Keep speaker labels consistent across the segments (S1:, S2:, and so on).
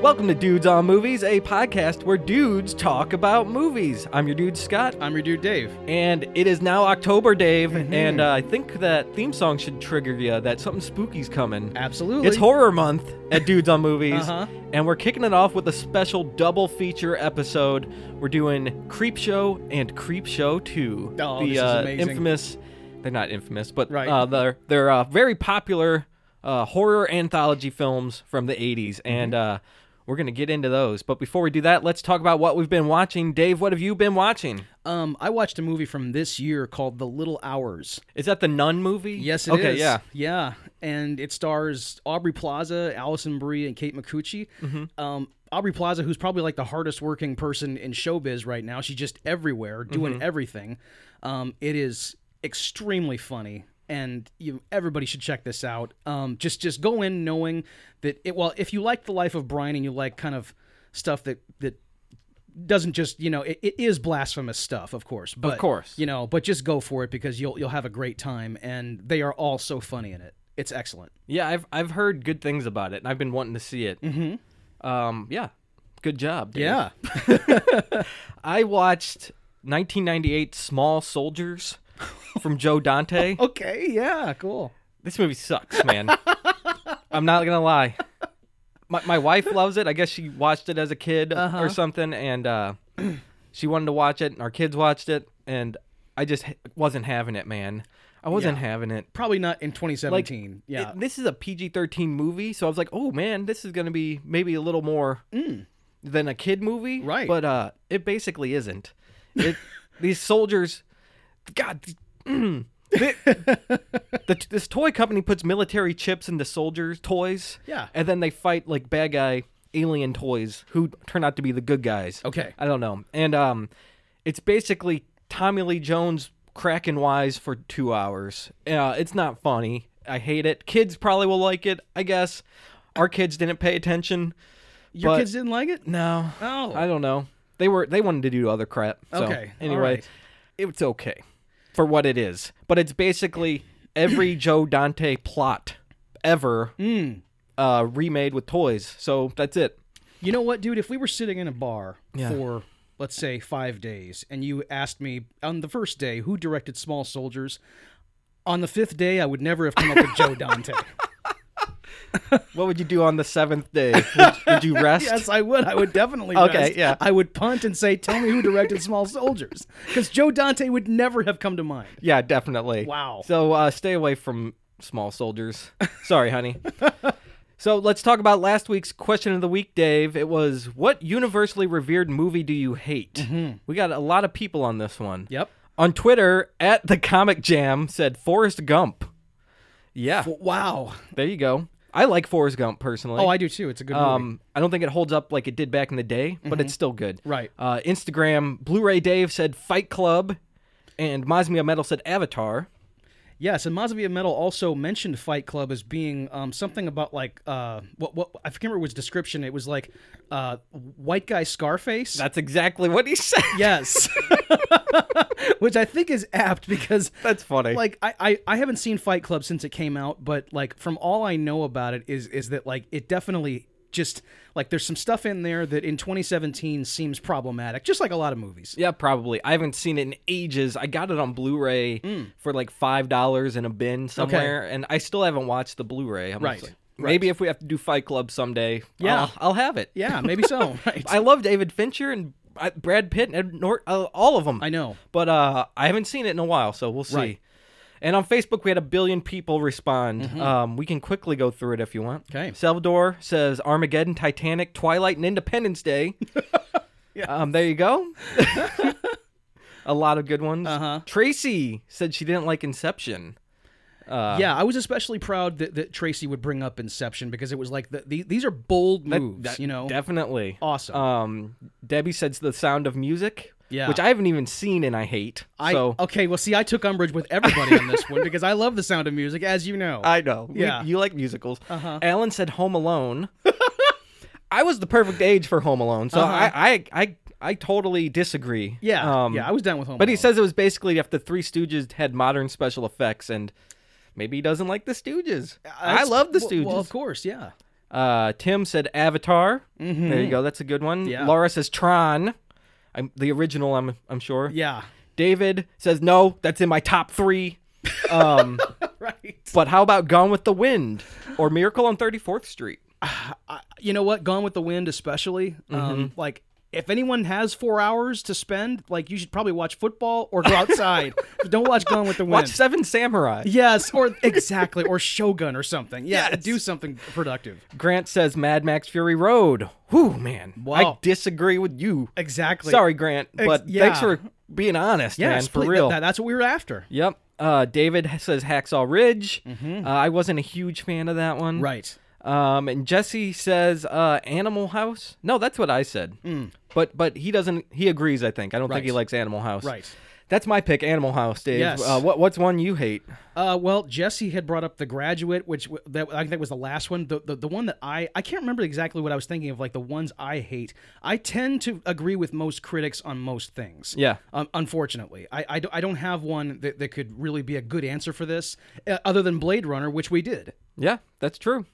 S1: Welcome to Dudes on Movies, a podcast where dudes talk about movies. I'm your dude Scott,
S2: I'm your dude Dave.
S1: and it is now October, Dave, and uh, I think that theme song should trigger you that something spooky's coming.
S2: Absolutely.
S1: It's horror month at Dudes on Movies,
S2: Uh-huh.
S1: and we're kicking it off with a special double feature episode. We're doing Creep Show and Creep Show 2.
S2: Oh,
S1: the
S2: this is
S1: uh,
S2: amazing.
S1: infamous, they're not infamous, but
S2: Right.
S1: uh, they're, they're uh, very popular uh, horror anthology films from the 80s,
S2: Mm-hmm.
S1: and uh, we're going to get into those. But before we do that, let's talk about what we've been watching. Dave, what have you been watching?
S2: Um, I watched a movie from this year called The Little Hours.
S1: Is that the Nun movie?
S2: Yes, it is.
S1: okay, yeah.
S2: yeah, and it stars Aubrey Plaza, Allison Brie, and Kate McCucci.
S1: Mm-hmm.
S2: Um, Aubrey Plaza, who's probably like the hardest working person in showbiz right now, she's just everywhere
S1: Mm-hmm.
S2: doing everything. Um, it is extremely funny. And you, everybody should check this out. Um, just just go in knowing that it. Well, if you like the life of Brian and you like kind of stuff that that doesn't just you know it, it is blasphemous stuff of course but
S1: course.
S2: you know but just go for it because you'll you'll have a great time and they are all so funny in it it's excellent
S1: Yeah, I've I've heard good things about it, and I've been wanting to see it. Mm-hmm. Um, yeah, good job. Dave. I watched 1998 Small Soldiers from Joe Dante.
S2: okay yeah cool
S1: This movie sucks, man. I'm not gonna lie. My my wife loves it. I guess she watched it as a kid or something, and uh, she wanted to watch it, and our kids watched it, and I just h- wasn't having it, man. I wasn't having it.
S2: probably not in 2017 yeah
S1: it- this is a PG 13 movie, so I was like, oh man, this is going to be maybe a little more than a kid movie.
S2: Mm. Right.
S1: But uh, it basically isn't. It, these soldiers, God, th- mm. They- the, this toy company puts military chips into soldiers' toys.
S2: Yeah.
S1: And then they fight like bad guy alien toys who turn out to be the good guys.
S2: Okay.
S1: I don't know. And um, it's basically Tommy Lee Jones cracking wise for two hours. Uh, it's not funny. I hate it. Kids probably will like it, I guess. Our kids didn't pay attention.
S2: your
S1: but-
S2: kids didn't like it
S1: No.
S2: Oh.
S1: I don't know. They were they wanted to do other crap. So,
S2: Okay, all
S1: Anyway,
S2: right.
S1: it's okay for what it is. But it's basically every Joe Dante plot ever
S2: Hmm.
S1: uh, remade with toys. So that's it.
S2: you know what dude if we were sitting in a bar
S1: Yeah.
S2: for let's say five days and you asked me on the first day who directed small soldiers on the fifth day i would never have come up with joe dante
S1: What would you do on the seventh day? Would, would you rest?
S2: Yes, I would. I would definitely.
S1: Okay,
S2: rest.
S1: yeah.
S2: I would punt and say, "Tell me who directed Small Soldiers," because Joe Dante would never have come to mind.
S1: Yeah, definitely.
S2: Wow.
S1: So uh, stay away from small soldiers. Sorry, honey. so let's talk about last week's question of the week, Dave. It was what universally revered movie do you hate? We got a lot of people on this one.
S2: Mm-hmm. Yep.
S1: On Twitter, at the Comic Jam said Forrest Gump. Yeah,
S2: Wow.
S1: there you go. I like Forrest Gump personally.
S2: Oh, I do too. It's a good movie.
S1: Um, I don't think it holds up like it did back in the day, but it's still good.
S2: Mm-hmm. Right.
S1: Uh, Instagram, Blu-ray Dave said Fight Club, and Mazmia Metal said Avatar.
S2: Yes, and Mazavia Metal also mentioned Fight Club as being um, something about like uh, what what I can't remember his description. It was like uh, white guy Scarface.
S1: That's exactly what he said.
S2: yes, which I think is apt because
S1: That's funny.
S2: like I, I i haven't seen fight club since it came out but like from all i know about it is is that like it definitely just like there's some stuff in there that in 2017 seems problematic just like a lot of movies
S1: yeah, probably. I haven't seen it in ages. I got it on Blu-ray
S2: Mm.
S1: for like five dollars in a bin somewhere, and I still haven't watched the Blu-ray. I'm
S2: Right,
S1: just like,
S2: right.
S1: Maybe if we have to do Fight Club someday,
S2: Yeah.
S1: I'll, I'll have it.
S2: yeah maybe so right
S1: I love David Fincher and I- Brad Pitt and Ed Norton, uh, all of them.
S2: I know.
S1: but uh, I haven't seen it in a while, so we'll see.
S2: Right.
S1: And on Facebook, we had a billion people respond. Um, we can quickly go through it if you want.
S2: Mm-hmm. Okay.
S1: Salvador says Armageddon, Titanic, Twilight, and Independence Day. Um, there you go. a lot of good ones.
S2: Uh-huh.
S1: Tracy said she didn't like Inception. Uh,
S2: yeah i was especially proud that, that tracy would bring up inception because it was like the, the, these are bold moves
S1: That-
S2: you know
S1: definitely.
S2: awesome
S1: Um, Debbie says The Sound of Music.
S2: Yeah.
S1: Which I haven't even seen and I hate.
S2: I,
S1: so
S2: okay well see i took umbrage with everybody on this one because i love the sound of music as you know
S1: I know. We-
S2: Yeah.
S1: you like musicals. Uh-huh. Alan said Home Alone. I was the perfect age for Home Alone, so I, I I I totally disagree.
S2: Uh-huh.
S1: Um,
S2: yeah yeah i was down with home
S1: But he
S2: Alone.
S1: says it was basically if the Three Stooges had modern special effects, and maybe he doesn't like the Stooges. I
S2: Uh, That's-
S1: love the
S2: well-
S1: Stooges.
S2: well of course yeah
S1: Uh, Tim said Avatar. There you go. That's a good one.
S2: Mm-hmm. Yeah.
S1: Laura says Tron. I'm, the original, I'm, I'm sure.
S2: Yeah.
S1: David says, no, that's in my top three. Um,
S2: Right.
S1: but how about Gone with the Wind or Miracle on 34th Street?
S2: You know what? Gone with the Wind, especially. Um, like, if anyone has four hours to spend, like, you should probably watch football or go outside. But Don't watch Gone with the Wind.
S1: Watch Seven Samurai.
S2: yes, or exactly, or Shogun or something. Yeah,
S1: Yes.
S2: do something productive.
S1: Grant says Mad Max Fury Road. Whew, man. I
S2: Wow.
S1: disagree with you.
S2: Exactly.
S1: Sorry, Grant, but
S2: yeah.
S1: thanks for being honest,
S2: Yes,
S1: man, for
S2: please-
S1: real.
S2: that- that's what we were after.
S1: Yep. Uh, David says Hacksaw Ridge. Uh, I wasn't a huge fan of that one.
S2: Mm-hmm. Right.
S1: Um, and Jesse says uh, Animal House. No, that's what I said. But but he doesn't. He agrees. I think. I don't think
S2: Mm. Right.
S1: he likes Animal House.
S2: Right.
S1: That's my pick. Animal House, Dave.
S2: Yes.
S1: Uh, what what's one you hate?
S2: Uh, well, Jesse had brought up The Graduate, which w- that, I think that was the last one. The, the the one that I I can't remember exactly what I was thinking of. Like the ones I hate, I tend to agree with most critics on most things.
S1: Yeah.
S2: Um, unfortunately, I, I, do, I don't have one that, that could really be a good answer for this, uh, other than Blade Runner, which we did.
S1: Yeah, that's true.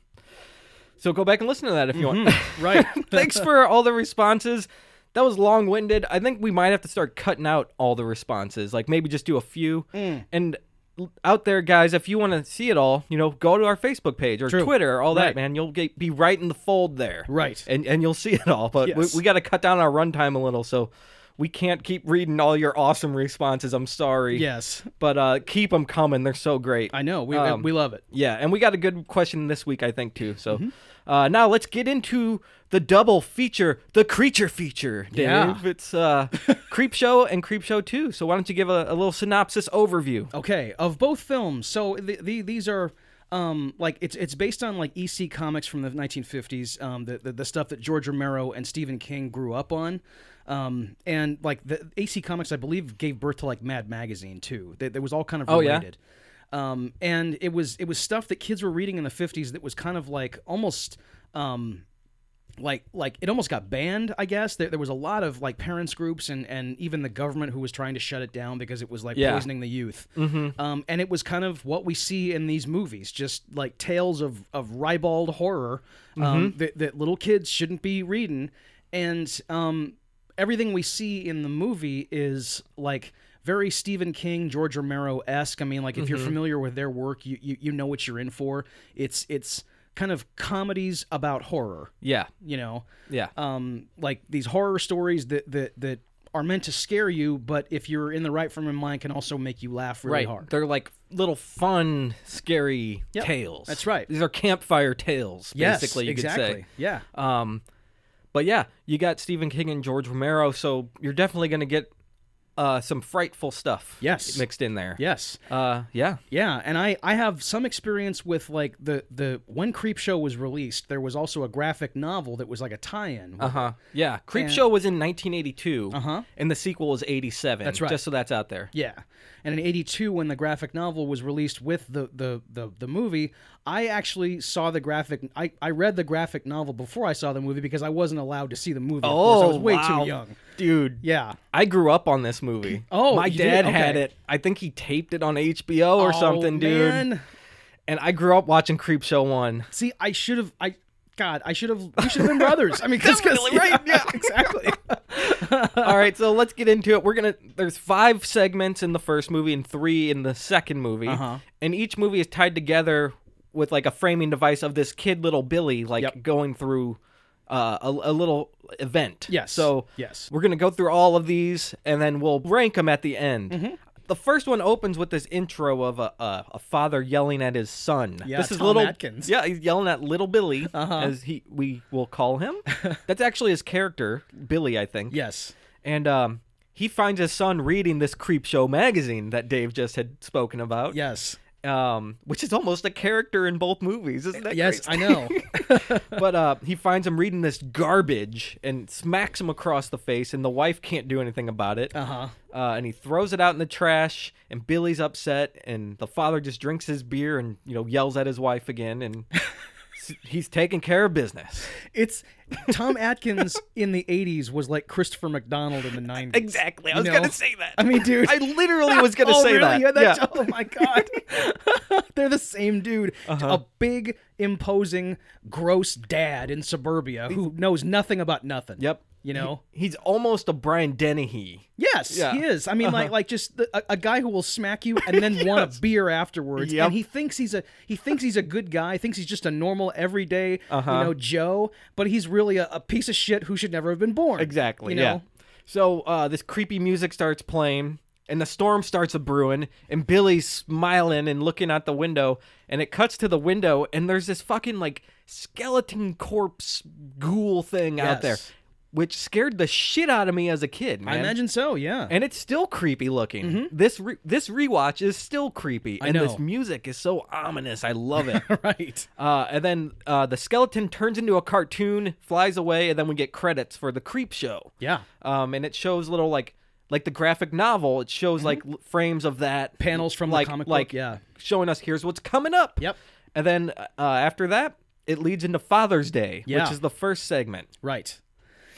S1: So go back and listen to that if you want.
S2: Right.
S1: Mm-hmm. Thanks for all the responses. That was long winded. I think we might have to start cutting out all the responses. Like maybe just do a few.
S2: Mm.
S1: And l- out there, guys, if you want to see it all, you know, go to our Facebook page or Twitter or all that,
S2: Right.
S1: man. You'll get, be right in the fold there.
S2: Right.
S1: And and you'll see it all. But
S2: Yes.
S1: we, we got to cut down our runtime a little. So we can't keep reading all your awesome responses. I'm sorry.
S2: yes.
S1: But uh, keep them coming. They're so great.
S2: I know. We
S1: Um,
S2: we love it.
S1: Yeah, and we got a good question this week, I think, too. So
S2: Mm-hmm.
S1: uh, now let's get into the double feature, the creature feature, Dave.
S2: Yeah.
S1: It's uh, Creep Show and Creep Show 2. So why don't you give a, a little synopsis overview?
S2: Okay, of both films. So the, the, these are um, like it's it's based on like EC comics from the 1950s, um, the, the the stuff that George Romero and Stephen King grew up on. Um, and like the AC Comics, I believe, gave birth to like Mad Magazine too. That that was all kind of
S1: yeah?
S2: related. Um, and it was it was stuff that kids were reading in the 50s that was kind of like almost um, like like it almost got banned i guess there, there was a lot of like parents groups and and even the government who was trying to shut it down because it was like
S1: Yeah.
S2: poisoning the youth mm-hmm. um, and it was kind of what we see in these movies just like tales of of ribald horror um, that, that little kids shouldn't be reading and um, everything we see in the movie is like very Stephen King, George Romero esque. I mean, like if you're familiar with their work, you, you you know what you're in for. It's it's kind of comedies about horror
S1: Yeah,
S2: you know
S1: yeah,
S2: um like these horror stories that that that are meant to scare you but if you're in the right frame of mind can also make you laugh really hard
S1: They're like little fun, scary
S2: Yep,
S1: tales.
S2: that's right.
S1: These are campfire tales,
S2: yes
S1: basically. You
S2: exactly Uh,
S1: could say.
S2: yeah
S1: Um, but yeah, you got Stephen King and George Romero, so you're definitely going to get uh, some frightful stuff.
S2: Yes.
S1: mixed in there.
S2: yes
S1: Uh, yeah.
S2: yeah and i i have some experience with like the the when creep show was released there was also a graphic novel that was like a tie-in with-
S1: Uh huh. Yeah. Creep Show was in 1982. Uh huh. And the sequel was 87. That's
S2: Uh-huh. right.
S1: Just so that's out there.
S2: Yeah, and in '82, when the graphic novel was released with the the the, the movie, I actually saw the graphic. I, I read the graphic novel before I saw the movie because I wasn't allowed to see the movie. of course. I was way
S1: wow.
S2: too young.
S1: dude.
S2: Yeah,
S1: I grew up on this movie.
S2: Oh,
S1: my
S2: you did?
S1: dad had
S2: Okay.
S1: it. I think he taped it on HBO or
S2: Oh,
S1: something, dude.
S2: man.
S1: And I grew up watching Creep Show One.
S2: See, I should have. I God, I should have. We should have been brothers. I mean, because
S1: Definitely, right?
S2: Yeah, exactly.
S1: All right, so let's get into it. We're gonna. There's five segments in the first movie and three in the second movie,
S2: Uh-huh.
S1: and each movie is tied together with like a framing device of this kid, little Billy, like
S2: Yep.
S1: going through uh, a, a little event.
S2: Yes.
S1: So
S2: Yes.
S1: we're gonna go through all of these, and then we'll rank them at the end.
S2: Mm-hmm.
S1: The first one opens with this intro of a, a, a father yelling at his son.
S2: Yeah,
S1: this is
S2: Tom
S1: little
S2: Atkins. Uh-huh.
S1: Yeah, he's yelling at little Billy, as he we will call him. That's actually his character, Billy, I think.
S2: yes.
S1: And um, he finds his son reading this creep show magazine that Dave just had spoken about.
S2: Yes.
S1: Um, which is almost a character in both movies, isn't that?
S2: Yes.
S1: crazy?
S2: I know.
S1: but uh, he finds him reading this garbage and smacks him across the face, and the wife can't do anything about it.
S2: Uh-huh.
S1: Uh, and he throws it out in the trash, and Billy's upset, and the father just drinks his beer and you know yells at his wife again, and he's he's taking care of business.
S2: It's Tom Atkins in the '80s was like Christopher McDonald in the '90s.
S1: Exactly. I
S2: You
S1: was
S2: know?
S1: gonna say that.
S2: I mean, dude.
S1: I literally was gonna
S2: oh,
S1: say
S2: really?
S1: that.
S2: You had
S1: yeah.
S2: joke? Oh my god, they're the same dude.
S1: Uh-huh.
S2: A big, imposing, gross dad in suburbia who knows nothing about nothing.
S1: Yep.
S2: You know.
S1: He's almost a Brian Dennehy.
S2: Yes,
S1: Yeah. Uh-huh.
S2: he is. I mean, like, like just the, a, a guy who will smack you and then want a beer afterwards.
S1: Yep.
S2: And he thinks he's a he thinks he's a good guy. Thinks he's just a normal everyday,
S1: Uh-huh.
S2: you know, Joe. But he's really a, a piece of shit who should never have been born.
S1: Exactly.
S2: You know?
S1: Yeah. So uh, this creepy music starts playing, and the storm starts a brewing, and Billy's smiling and looking out the window, and it cuts to the window, and there's this fucking like skeleton corpse ghoul thing out there,
S2: Yes.
S1: which scared the shit out of me as a kid. Man.
S2: I imagine so. Yeah.
S1: And it's still creepy looking. This re- this rewatch is still creepy, and
S2: know.
S1: this music is so ominous. I love it.
S2: right.
S1: Uh, and then uh, the skeleton turns into a cartoon, flies away, and then we get credits for the creep show.
S2: Yeah.
S1: Um, and it shows little like like the graphic novel. It shows like l- frames of that
S2: Panels from the
S1: like
S2: comic book,
S1: like
S2: yeah.
S1: showing us here's what's coming up.
S2: Yep.
S1: And then uh, after that, it leads into Father's Day,
S2: Yeah.
S1: which is the first segment.
S2: Right.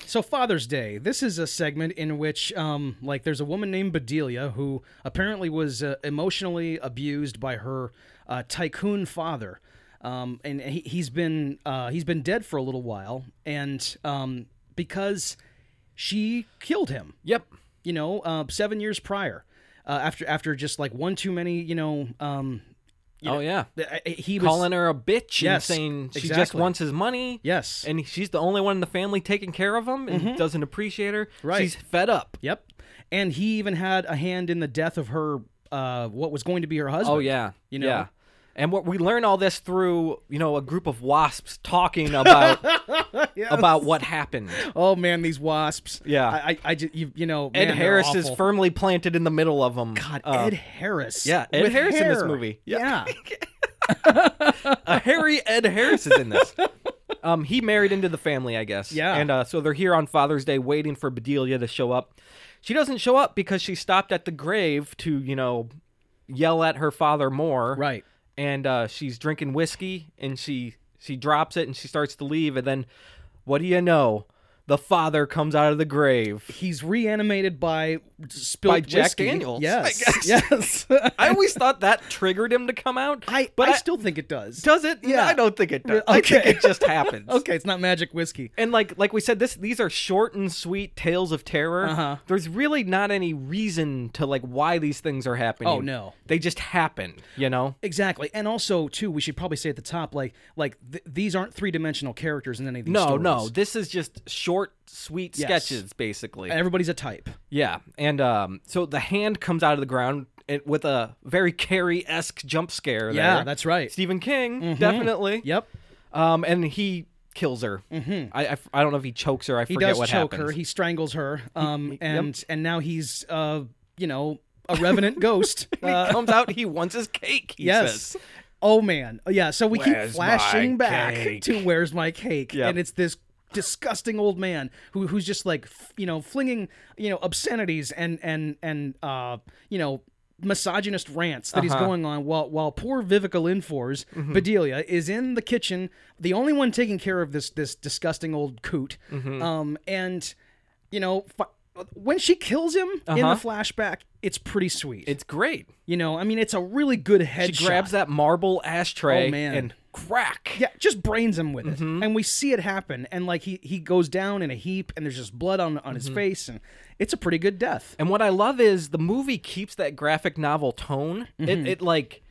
S2: So Father's Day. This is a segment in which, um, like, there's a woman named Bedelia who apparently was uh, emotionally abused by her uh, tycoon father, um, and he, he's been uh, he's been dead for a little while, and um, because she killed him,
S1: Yep.
S2: you know, uh, seven years prior, uh, after after just like one too many, you know, um,
S1: oh yeah.
S2: th- he was
S1: Calling her a bitch
S2: Yes,
S1: and saying she just
S2: exactly.
S1: wants his money. Mm-hmm.
S2: yes,
S1: And she's the only one in the family taking care of him and doesn't appreciate her.
S2: Right.
S1: She's fed up.
S2: Yep. And he even had a hand in the death of her, uh, what was going to be her husband.
S1: Oh yeah,
S2: You know?
S1: Yeah. And what we learn all this through, you know, a group of wasps talking about about what happened.
S2: Oh man, these wasps.
S1: Yeah.
S2: I, I, I ju- you, you know,
S1: Ed
S2: man, they're
S1: Harris is
S2: awful.
S1: firmly planted in the middle of them.
S2: God, Ed Harris.
S1: yeah, Ed
S2: with
S1: Harris in this
S2: hair.
S1: movie.
S2: Yeah.
S1: a hairy Uh, Ed Harris is in this. Um, he married into the family, I guess.
S2: Yeah.
S1: And uh, so they're here on Father's Day, waiting for Bedelia to show up. She doesn't show up because she stopped at the grave to, you know, yell at her father more.
S2: right.
S1: and uh, she's drinking whiskey and she she drops it and she starts to leave and then what do you know the father comes out of the grave
S2: He's reanimated by spilled
S1: By Jack
S2: whiskey.
S1: Daniels,
S2: Yes.
S1: I guess.
S2: Yes.
S1: i always thought that triggered him to come out
S2: I,
S1: but
S2: I
S1: I-
S2: still think it does.
S1: does it
S2: Yeah.
S1: i don't think it does
S2: Re-
S1: i think
S2: okay.
S1: it just happens
S2: Okay, it's not magic whiskey.
S1: and like like we said this these are short and sweet tales of terror
S2: Uh-huh.
S1: there's really not any reason to like why these things are happening
S2: Oh, no.
S1: they just happen you know
S2: Exactly, and also too, we should probably say at the top, like, like th- these aren't three dimensional characters in any of these
S1: no
S2: stories.
S1: no this is just short sweet
S2: Yes.
S1: sketches basically
S2: everybody's a type.
S1: Yeah, and um, so the hand comes out of the ground it, with a very Carrie esque jump scare.
S2: Yeah,
S1: there.
S2: that's right.
S1: Stephen King, definitely.
S2: Yep.
S1: Um, and he kills her. Mm-hmm. I, I f- I don't know if he chokes her. I
S2: He
S1: forget
S2: does
S1: what
S2: choke
S1: happens.
S2: her. He strangles her. Um, and and now he's uh, you know, a revenant ghost.
S1: He
S2: Uh,
S1: comes out. He wants his cake. He
S2: yes.
S1: says.
S2: Oh man. Yeah. So we keep
S1: Where's
S2: flashing
S1: my
S2: back
S1: cake?
S2: to where's my cake,
S1: Yep.
S2: and it's this disgusting old man who who's just like f- you know flinging you know obscenities and and and uh you know misogynist rants that he's
S1: Uh-huh.
S2: going on while while poor Vivica Linfors
S1: Mm-hmm.
S2: Bedelia is in the kitchen the only one taking care of this this disgusting old coot
S1: Mm-hmm.
S2: um and you know fi- when she kills him in
S1: Uh-huh.
S2: the flashback it's pretty sweet
S1: It's great.
S2: you know I mean it's a really good headshot
S1: She grabs that marble ashtray
S2: Oh, man.
S1: and crack.
S2: yeah, just brains him with it,
S1: Mm-hmm.
S2: and we see it happen. And like he he goes down in a heap, and there's just blood on on his
S1: Mm-hmm.
S2: face, and it's a pretty good death.
S1: And what I love is the movie keeps that graphic novel tone. It, it like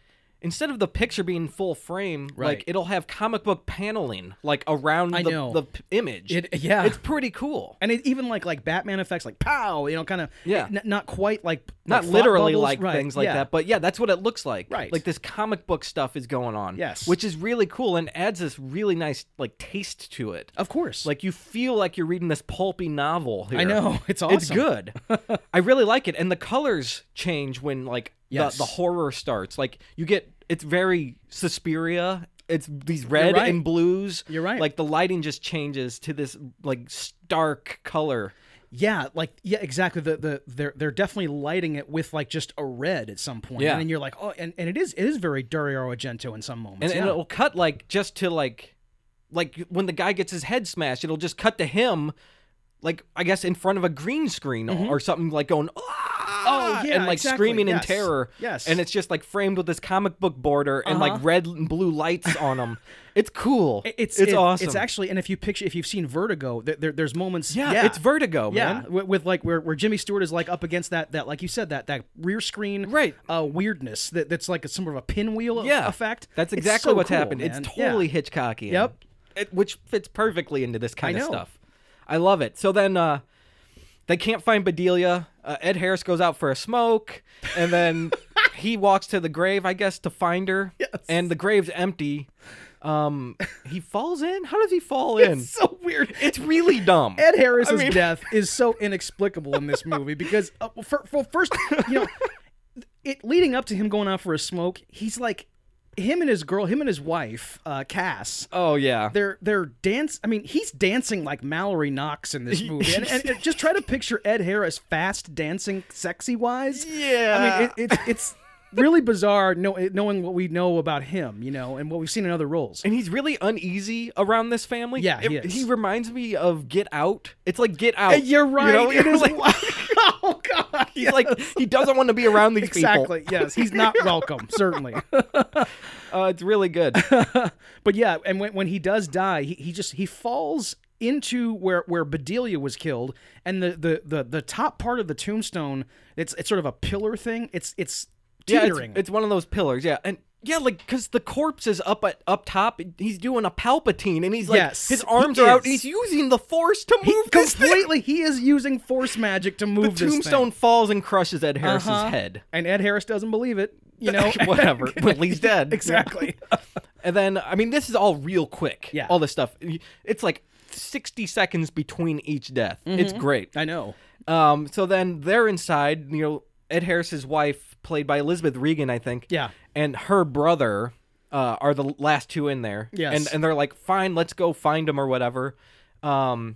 S1: instead of the picture being full frame,
S2: Right.
S1: like it'll have comic book paneling like around the,
S2: know.
S1: the p- image.
S2: It- yeah.
S1: it's pretty cool.
S2: And it even like like Batman effects, like pow, you know, kind of
S1: Yeah.
S2: n- not quite like
S1: Not
S2: like thought
S1: literally
S2: bubbles.
S1: like
S2: Right,
S1: things like
S2: yeah.
S1: that, but yeah, that's what it looks like.
S2: Right.
S1: like this comic book stuff is going on.
S2: Yes.
S1: which is really cool and adds this really nice like taste to it.
S2: Of course,
S1: Like you feel like you're reading this pulpy novel here.
S2: I know it's awesome.
S1: It's good. I really like it, and the colors change when like the,
S2: Yes.
S1: the horror starts. Like you get, it's very Suspiria. It's these red
S2: right.
S1: and blues.
S2: You're right.
S1: Like the lighting just changes to this like stark color.
S2: Yeah, like yeah, exactly. The the they're they're definitely lighting it with like just a red at some point.
S1: Yeah.
S2: and then you're like, oh, and, and it is it is very Dario Argento in some moments.
S1: and, and
S2: yeah.
S1: it'll cut like just to like like when the guy gets his head smashed, it'll just cut to him, like I guess in front of a green screen or something, like going. Oh
S2: Mm-hmm. Ah, yeah,
S1: and like
S2: exactly,
S1: screaming in
S2: yes,
S1: terror.
S2: yes.
S1: and it's just like framed with this comic book border and like
S2: Uh-huh.
S1: red and blue lights on them. It's cool.
S2: It's
S1: it's
S2: it-
S1: awesome.
S2: It's actually, and if you picture, if you've seen Vertigo, there, there, there's moments.
S1: yeah, it's Vertigo,
S2: Yeah,
S1: man.
S2: with, with like where, where Jimmy Stewart is like up against that that like you said that that rear screen
S1: Right.
S2: uh, weirdness that, that's like a, some sort of a pinwheel e-,
S1: Yeah,
S2: effect.
S1: That's
S2: It's
S1: exactly
S2: so
S1: what's
S2: cool,
S1: happened.
S2: man.
S1: It's
S2: Yeah.
S1: totally Hitchcockian.
S2: Yep.
S1: It, which fits perfectly into this kind
S2: I
S1: of
S2: know.
S1: stuff. I love it. So then uh, they can't find Bedelia. Uh, Ed Harris goes out for a smoke, and then he walks to the grave, I guess, to find her.
S2: Yes.
S1: And the grave's empty. Um, he falls in. How does he fall in?
S2: It's so weird.
S1: It's really dumb.
S2: Ed Harris's
S1: I mean-
S2: death is so inexplicable in this movie because, uh, for, for first, you know, it leading up to him going out for a smoke, he's like, him and his girl, him and his wife, uh, Cass.
S1: oh yeah.
S2: They're they're dance. I mean, he's dancing like Mallory Knox in this movie, and, and, and just try to picture Ed Harris fast dancing, sexy wise. I mean,
S1: Yeah.
S2: it, it, it's really bizarre know, knowing what we know about him, you know, and what we've seen in other roles.
S1: and he's really uneasy around this family.
S2: Yeah, he
S1: It-
S2: is.
S1: he reminds me of Get Out. It's like Get Out.
S2: You're
S1: You
S2: right.
S1: know,
S2: it is.
S1: like-
S2: oh God.
S1: He's like he doesn't want to be around these
S2: Exactly. Yes, he's not welcome, certainly.
S1: people. Uh, it's really good.
S2: but yeah, and when, when he does die, he, he just he falls into where where Bedelia was killed, and the the the, the top part of the tombstone, it's it's sort of a pillar thing. It's it's
S1: yeah, it's,
S2: teetering.
S1: it's one of those pillars. Yeah, and yeah, like because the corpse is up at up top. He's doing a Palpatine, and he's like
S2: Yes,
S1: his arms
S2: he
S1: are out.
S2: is.
S1: He's using the Force to move this thing.
S2: completely. He is using force magic to move this thing.
S1: Tombstone falls and crushes Ed Harris's
S2: Uh-huh.
S1: head.
S2: and Ed Harris doesn't believe it. You know,
S1: Whatever, but he's dead.
S2: exactly.
S1: And then, I mean, this is all real quick.
S2: Yeah.
S1: all this stuff. It's like sixty seconds between each death. It's
S2: Mm-hmm.
S1: great.
S2: I know.
S1: Um, so then they're inside, you know, Ed Harris's wife, played by Elizabeth Regan, I think.
S2: Yeah.
S1: And her brother uh, are the last two in there.
S2: Yes.
S1: And and they're like, fine, let's go find them or whatever. Um,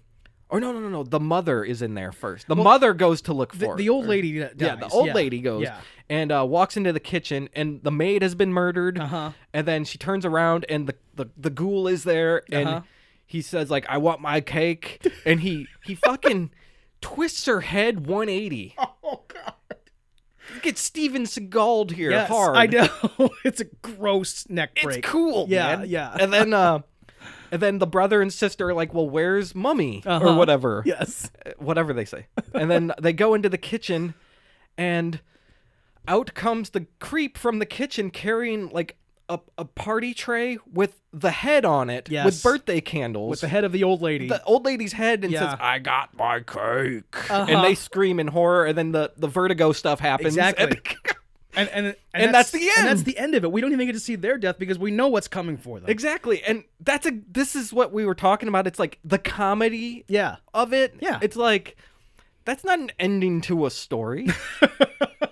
S1: or no, no, no, no. The mother is in there first. The mother goes to look for
S2: The,
S1: her.
S2: the old lady. Dies.
S1: Yeah, the old lady goes
S2: Yeah.
S1: and uh, walks into the kitchen, and the maid has been murdered.
S2: Uh-huh.
S1: And then she turns around, and the the, the ghoul is there, and
S2: Uh-huh.
S1: he says like, "I want my cake," and he he fucking twists her head 180.
S2: Oh God.
S1: Get Steven Seagal here
S2: Yes,
S1: hard.
S2: I know. it's a gross neck
S1: It's
S2: break.
S1: cool,
S2: Yeah,
S1: man.
S2: yeah.
S1: And then uh, and then the brother and sister are like, "Well, where's mummy or
S2: Uh-huh.
S1: whatever?"
S2: Yes.
S1: whatever they say. And then they go into the kitchen and out comes the creep from the kitchen carrying like a, a party tray with the head on it
S2: Yes.
S1: with birthday candles.
S2: With the head of the old lady.
S1: the old lady's head and says,
S2: Yeah.
S1: "I got my cake,"
S2: Uh-huh.
S1: and they scream in horror, and then the, the vertigo stuff happens.
S2: Exactly.
S1: And-
S2: and, and, and,
S1: And that's the
S2: And
S1: end.
S2: that's the end of it. We don't even get to see their death because we know what's coming for them.
S1: exactly, and that's a this is what we were talking about. It's like the comedy
S2: yeah.
S1: of it.
S2: Yeah.
S1: It's like that's not an ending to a story.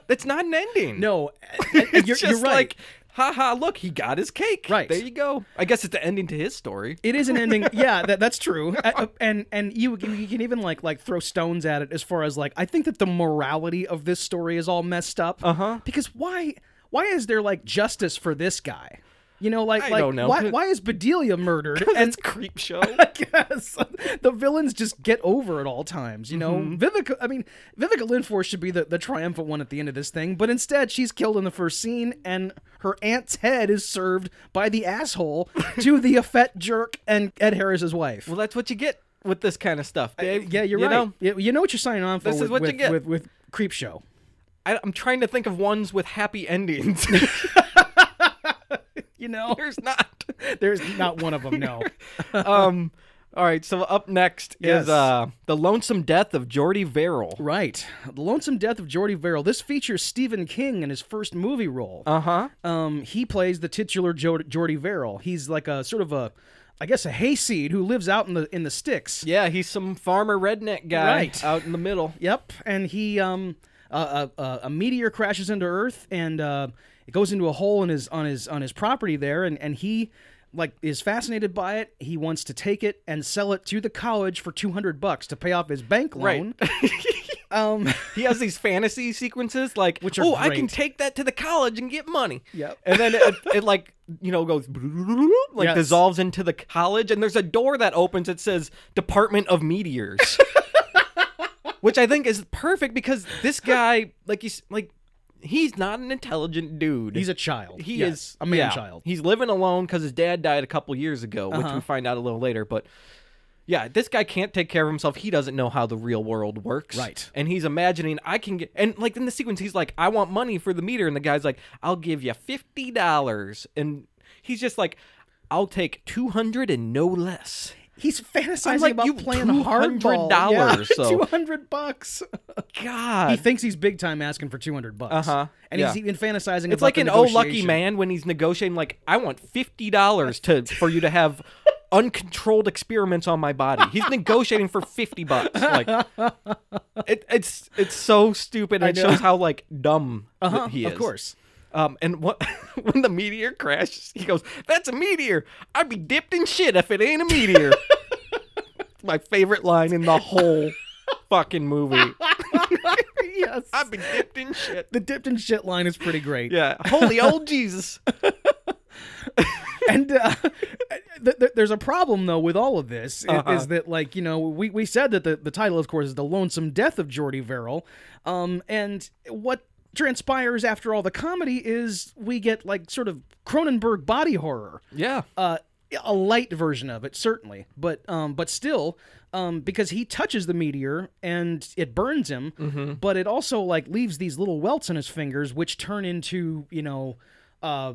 S1: that's not an ending.
S2: No. and- and
S1: It's
S2: you're,
S1: just
S2: you're right.
S1: like haha, look, he got his cake.
S2: Right.
S1: There you go. I guess it's the ending to his story.
S2: it is an ending. Yeah, that, that's true. Uh, And and you can- you can even like like throw stones at it as far as like I think that the morality of this story is all messed up. Uh
S1: Uh-huh.
S2: Because why why is there like justice for this guy? You know, like
S1: I
S2: like
S1: don't know.
S2: why why is Bedelia murdered?
S1: And it's creep show.
S2: I guess the villains just get over at all times. You know,
S1: Mm-hmm.
S2: Vivica. I mean, Vivica Lindfors should be the, the triumphant one at the end of this thing, but instead she's killed in the first scene, and her aunt's head is served by the asshole to the effete jerk and Ed Harris's wife.
S1: well, that's what you get with this kind of stuff, Dave.
S2: yeah, you're
S1: You
S2: right.
S1: know,
S2: You- you know what you're signing on for.
S1: This is
S2: with,
S1: what you
S2: with,
S1: get.
S2: with with creep show.
S1: I, I'm trying to think of ones with happy endings.
S2: You know,
S1: There's not.
S2: there's not one of them. No.
S1: Um. All right. So up next
S2: Yes.
S1: is uh the lonesome death of Jordy Verrill.
S2: Right. The Lonesome Death of Geordie Verrill. This features Stephen King in his first movie role.
S1: Uh huh.
S2: Um, he plays the titular jo- Geordie Verrill. He's like a sort of a, I guess, a hayseed who lives out in the in the sticks.
S1: Yeah, he's some farmer redneck guy
S2: Right.
S1: out in the middle.
S2: Yep. And he, um, uh, a, a, a meteor crashes into Earth and uh, it goes into a hole in his on his on his property there, and and he. Like is fascinated by it, he wants to take it and sell it to the college for two hundred bucks to pay off his bank loan. um,
S1: He has these fantasy sequences like,
S2: Which are
S1: oh, I can
S2: great.
S1: take that to the college and get money.
S2: Yep.
S1: And then it, it like you know goes like
S2: Yes.
S1: dissolves into the college, and there's a door that opens that says Department of Meteors, which I think is perfect because this guy, like he's like, he's not an intelligent dude.
S2: He's a child.
S1: he
S2: Yes,
S1: is
S2: a man
S1: yeah.
S2: child. Uh-huh.
S1: He's living alone because his dad died a couple years ago, which we find out a little later. But yeah, this guy can't take care of himself. He doesn't know how the real world works.
S2: Right.
S1: And he's imagining I can get and like in the sequence he's like, I want money for the meter, and the guy's like, I'll give you fifty dollars, and he's just like, I'll take two hundred and no less.
S2: He's fantasizing
S1: like,
S2: about
S1: you-
S2: playing
S1: $200,
S2: hardball. yeah,
S1: so-
S2: two hundred bucks. He
S1: God.
S2: thinks he's big time asking for two hundred bucks.
S1: Uh-huh,
S2: And he's
S1: yeah.
S2: even fantasizing.
S1: it's
S2: about
S1: like
S2: the
S1: an oh lucky
S2: negotiation.
S1: man when he's negotiating like I want fifty dollars to for you to have uncontrolled experiments on my body. He's negotiating for fifty bucks. Like it, it's it's so stupid. And it
S2: know.
S1: shows how like dumb th-
S2: Uh-huh,
S1: he is.
S2: Of course.
S1: Um, and what, when the meteor crashes, he goes, "That's a meteor. I'd be dipped in shit if it ain't a meteor." It's My favorite line in the whole fucking movie.
S2: yes.
S1: I'd be dipped in shit.
S2: the dipped in shit line is pretty great.
S1: Yeah, holy old Jesus.
S2: and uh, th- th- there's a problem though with all of this i-
S1: Uh-huh.
S2: is that like you know we, we said that the, the title of course is the lonesome death of Jordy Verrill, um, and what transpires after all the comedy is we get like sort of Cronenberg body horror
S1: Yeah.
S2: uh, a light version of it, certainly, but um, but still, um, because he touches the meteor and it burns him,
S1: Mm-hmm.
S2: but it also like leaves these little welts on his fingers, which turn into you know, uh,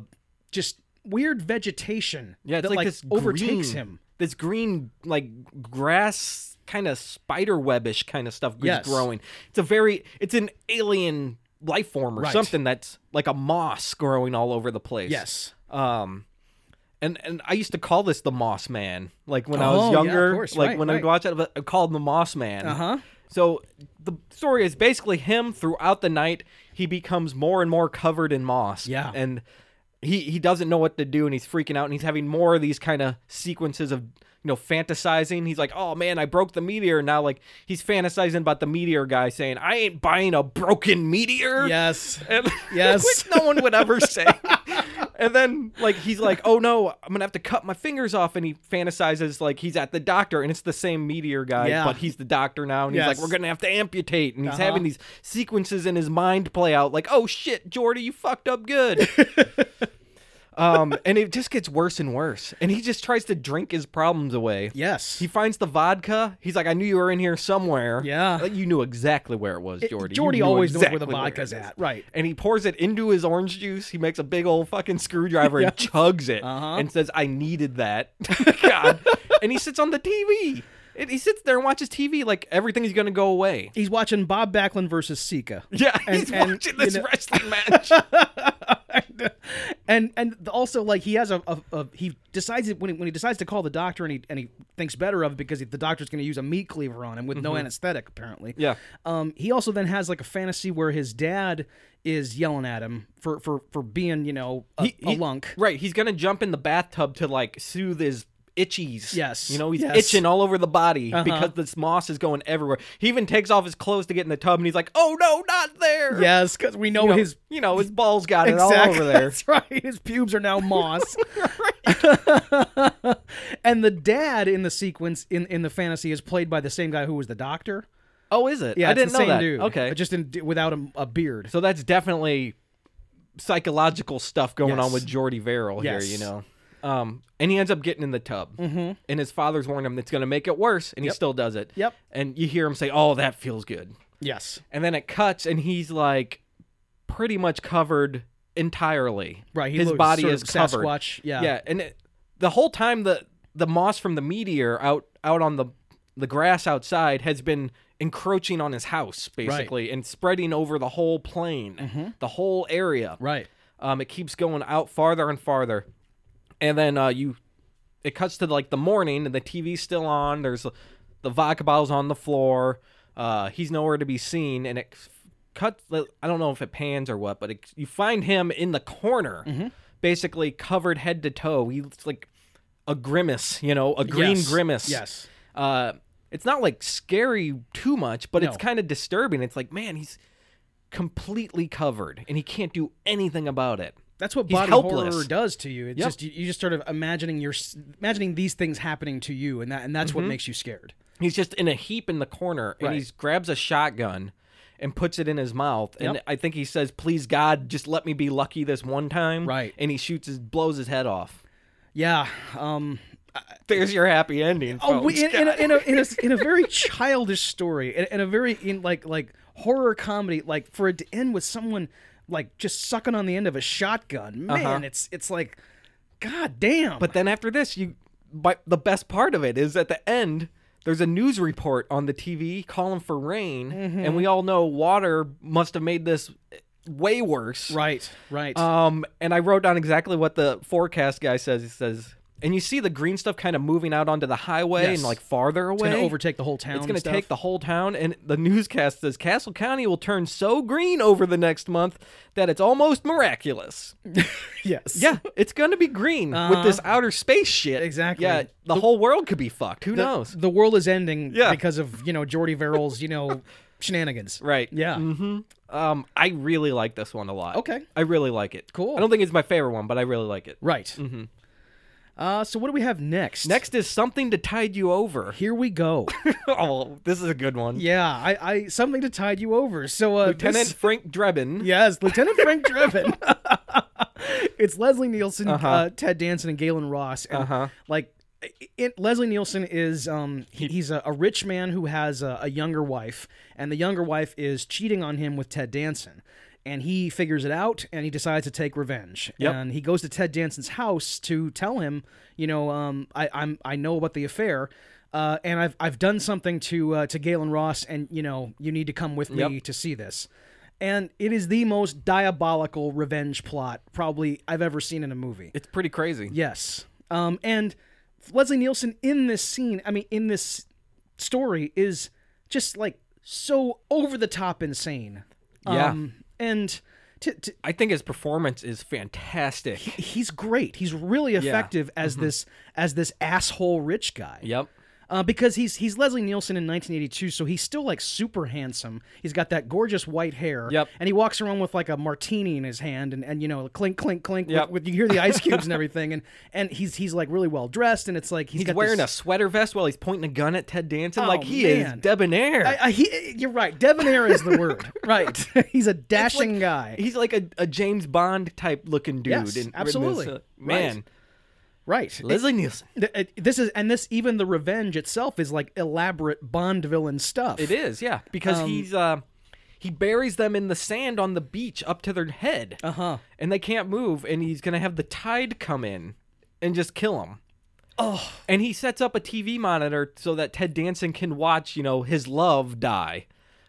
S2: just weird vegetation
S1: Yeah, it's
S2: that
S1: like,
S2: like,
S1: this
S2: overtakes
S1: green-
S2: him.
S1: This green, like grass, kind of spider webbish kind of stuff is
S2: Yes.
S1: growing. It's a very, it's an alien life form or
S2: Right.
S1: something that's like a moss growing all over the place.
S2: Yes,
S1: Um, and and I used to call this the Moss Man, like when I was
S2: Oh, yeah, of
S1: younger,
S2: course,
S1: like
S2: right,
S1: when I'd
S2: right.
S1: watch it, I called him the Moss Man. Uh
S2: Uh-huh.
S1: So the story is basically him throughout the night. He becomes more and more covered in moss.
S2: Yeah.
S1: and he he doesn't know what to do, and he's freaking out, and he's having more of these kind of sequences of you know fantasizing. He's like, oh man, I broke the meteor. Now like he's fantasizing about the meteor guy saying, I ain't buying a broken meteor.
S2: yes,
S1: And-
S2: Yes.
S1: which no one would ever say. and then like he's like, "Oh no, I'm going to have to cut my fingers off." And he fantasizes like he's at the doctor and it's the same meteor guy,
S2: Yeah.
S1: but he's the doctor now and he's like,
S2: Yes.
S1: "We're going to have to amputate." And he's
S2: Uh-huh.
S1: having these sequences in his mind play out like, "Oh shit, Jordy, you fucked up good." um and it just gets worse and worse. And he just tries to drink his problems away.
S2: yes.
S1: He finds the vodka. He's like, I knew you were in here somewhere.
S2: Yeah.
S1: Like, You knew exactly where it was, Jordy. You
S2: Jordy
S1: knew
S2: always knows where
S1: exactly
S2: the vodka's
S1: it is."
S2: at, right?
S1: and he pours it into his orange juice. He makes a big old fucking screwdriver and chugs it
S2: Uh-huh.
S1: and says, I needed that. God. and he sits on the TV. And he sits there and watches TV like everything's going to go away.
S2: He's watching Bob Backlund versus Sika.
S1: Yeah,
S2: And-
S1: he's
S2: and,
S1: watching
S2: you
S1: this
S2: know-
S1: wrestling match.
S2: and and also like he has a, a, a he decides it when he, when he decides to call the doctor and he and he thinks better of it because the doctor's going to use a meat cleaver on him with no anesthetic apparently.
S1: Mm-hmm. Yeah.
S2: Um. He also then has like a fantasy where his dad is yelling at him for for for being you know a,
S1: He-
S2: a
S1: he-
S2: lunk.
S1: Right. He's going to jump in the bathtub to like soothe his itchies.
S2: Yes,
S1: You know, he's
S2: yes. Uh-huh.
S1: itching all over the body because this moss is going everywhere. He even takes off his clothes to get in the tub and he's like, oh no, not there.
S2: Yes, because we know,
S1: You know,
S2: his
S1: you know, his balls got it all over there.
S2: That's right. His pubes are now moss. and the dad in the sequence in in the fantasy is played by the same guy who was the doctor.
S1: Oh, is it?
S2: Yeah,
S1: I
S2: it's
S1: didn't
S2: the
S1: know
S2: same
S1: that.
S2: dude.
S1: Okay,
S2: but just in, without a, a beard.
S1: so that's definitely psychological stuff going on
S2: Yes.
S1: with Jordy Verrill
S2: Yes.
S1: here. You know, um, and he ends up getting in the tub, mm-hmm. and his father's warned him that's going to make it worse, and he still does it.
S2: Yep.
S1: And you hear him say, "Oh, that feels good,"
S2: Yes,
S1: and then it cuts, and he's like, pretty much covered entirely.
S2: right. He
S1: His
S2: looks
S1: body
S2: sort
S1: is
S2: of
S1: covered.
S2: Sasquatch. Yeah.
S1: yeah and it, the whole time the the moss from the meteor out out on the the grass outside has been encroaching on his house basically and spreading over the whole plain
S2: Mm-hmm.
S1: the whole area
S2: Right.
S1: um, it keeps going out farther and farther and then uh, you it cuts to like the morning and the tv's still on there's uh, the vodka bottles on the floor uh, he's nowhere to be seen and it cuts i don't know if it pans or what but it, you find him in the corner
S2: Mm-hmm.
S1: basically covered head to toe he's like a grimace you know a green
S2: Yes.
S1: grimace
S2: Yes.
S1: uh, it's not like scary too much, but it's
S2: No.
S1: kind of disturbing. It's like, man, he's completely covered and he can't do anything about it.
S2: That's what
S1: He's
S2: body
S1: helpless.
S2: horror does to you. It's
S1: Yep.
S2: just you, you just sort of imagining your imagining these things happening to you, and that and that's
S1: Mm-hmm.
S2: what makes you scared.
S1: He's just in a heap in the corner, and
S2: Right.
S1: he grabs a shotgun and puts it in his mouth. And
S2: Yep.
S1: I think he says, "Please God, just let me be lucky this one time."
S2: Right.
S1: And he shoots his blows his head off.
S2: Yeah. Um,
S1: There's your happy ending.
S2: Oh, we,
S1: folks.
S2: in, in, a, in, a, in, a, in a very childish story, in, in a very in like like horror comedy, like for it to end with someone like just sucking on the end of a shotgun, man, it's it's like, god damn.
S1: Uh-huh. But then after this, you but the best part of it is at the end there's a news report on the TV calling for rain and we all know water must have made this way worse.
S2: right, right,
S1: Um and I wrote down exactly what the forecast guy says. He says and you see the green stuff kind of moving out onto the highway
S2: Yes.
S1: and like farther away.
S2: gonna overtake the whole town.
S1: It's going
S2: and
S1: to
S2: stuff.
S1: take the whole town, and the newscast says Castle County will turn so green over the next month that it's almost miraculous.
S2: yes,
S1: Yeah, it's going to be green with this outer space shit.
S2: Exactly.
S1: Yeah, the, whole world could be fucked. Who knows?
S2: The world is ending
S1: Yeah.
S2: because of you know Jordy Verrill's you know shenanigans.
S1: Right.
S2: Yeah.
S1: Um, I really like this one a lot.
S2: Okay.
S1: I really like it.
S2: Cool.
S1: I don't think it's my favorite one, but I really like it.
S2: Right. Uh, so what do we have next?
S1: Mm-hmm. Next is something to tide you over.
S2: Here we go.
S1: oh, this is a good one.
S2: yeah, I, I something to tide you over. So uh,
S1: Lieutenant
S2: this-
S1: Frank Drebin.
S2: Yes, Lieutenant Frank Driven. it's Leslie Nielsen,
S1: Uh-huh.
S2: uh Ted Danson, and Galen Ross. And like, it, Leslie Nielsen is um he, he's a, a rich man who has a, a younger wife, and the younger wife is cheating on him with Ted Danson. And he figures it out, and he decides to take revenge.
S1: Yep.
S2: And he goes to Ted Danson's house to tell him, you know, um, I, I'm I know about the affair, uh, and I've I've done something to uh, to Galen Ross, and you know, you need to come with me
S1: Yep.
S2: to see this. And it is the most diabolical revenge plot probably I've ever seen in a movie.
S1: It's pretty crazy.
S2: Yes. Um, and Leslie Nielsen in this scene, I mean, in this story, is just like so over the top insane.
S1: Yeah.
S2: Um, and to, to,
S1: I think his performance is fantastic.
S2: he's great. He's really effective as this as this asshole rich guy.
S1: yep.
S2: uh, because he's he's Leslie Nielsen in 1982, so he's still like super handsome. He's got that gorgeous white hair.
S1: Yep.
S2: And he walks around with like a martini in his hand, and, and you know clink clink clink.
S1: Yep.
S2: With, with you hear the ice cubes and everything, and and he's he's like really well dressed, and it's like he's
S1: He's Oh,
S2: got
S1: wearing
S2: this,
S1: a sweater vest while he's pointing a gun at Ted Danson. like he
S2: man.
S1: is debonair.
S2: I- I- he, you're right. Debonair is the word. right. he's a dashing guy.
S1: He's like a, a James Bond type looking dude.
S2: Yes,
S1: in- in this,
S2: absolutely.
S1: uh, man,
S2: Right. Right.
S1: Leslie Nielsen.
S2: Th- it- This is and this even the revenge itself is like elaborate Bond villain stuff.
S1: It is, yeah, because
S2: Um,
S1: he's uh, he buries them in the sand on the beach up to their head, uh
S2: Uh-huh.
S1: and they can't move, and he's gonna have the tide come in and just kill them.
S2: Oh.
S1: And he sets up a TV monitor so that Ted Danson can watch, you know, his love die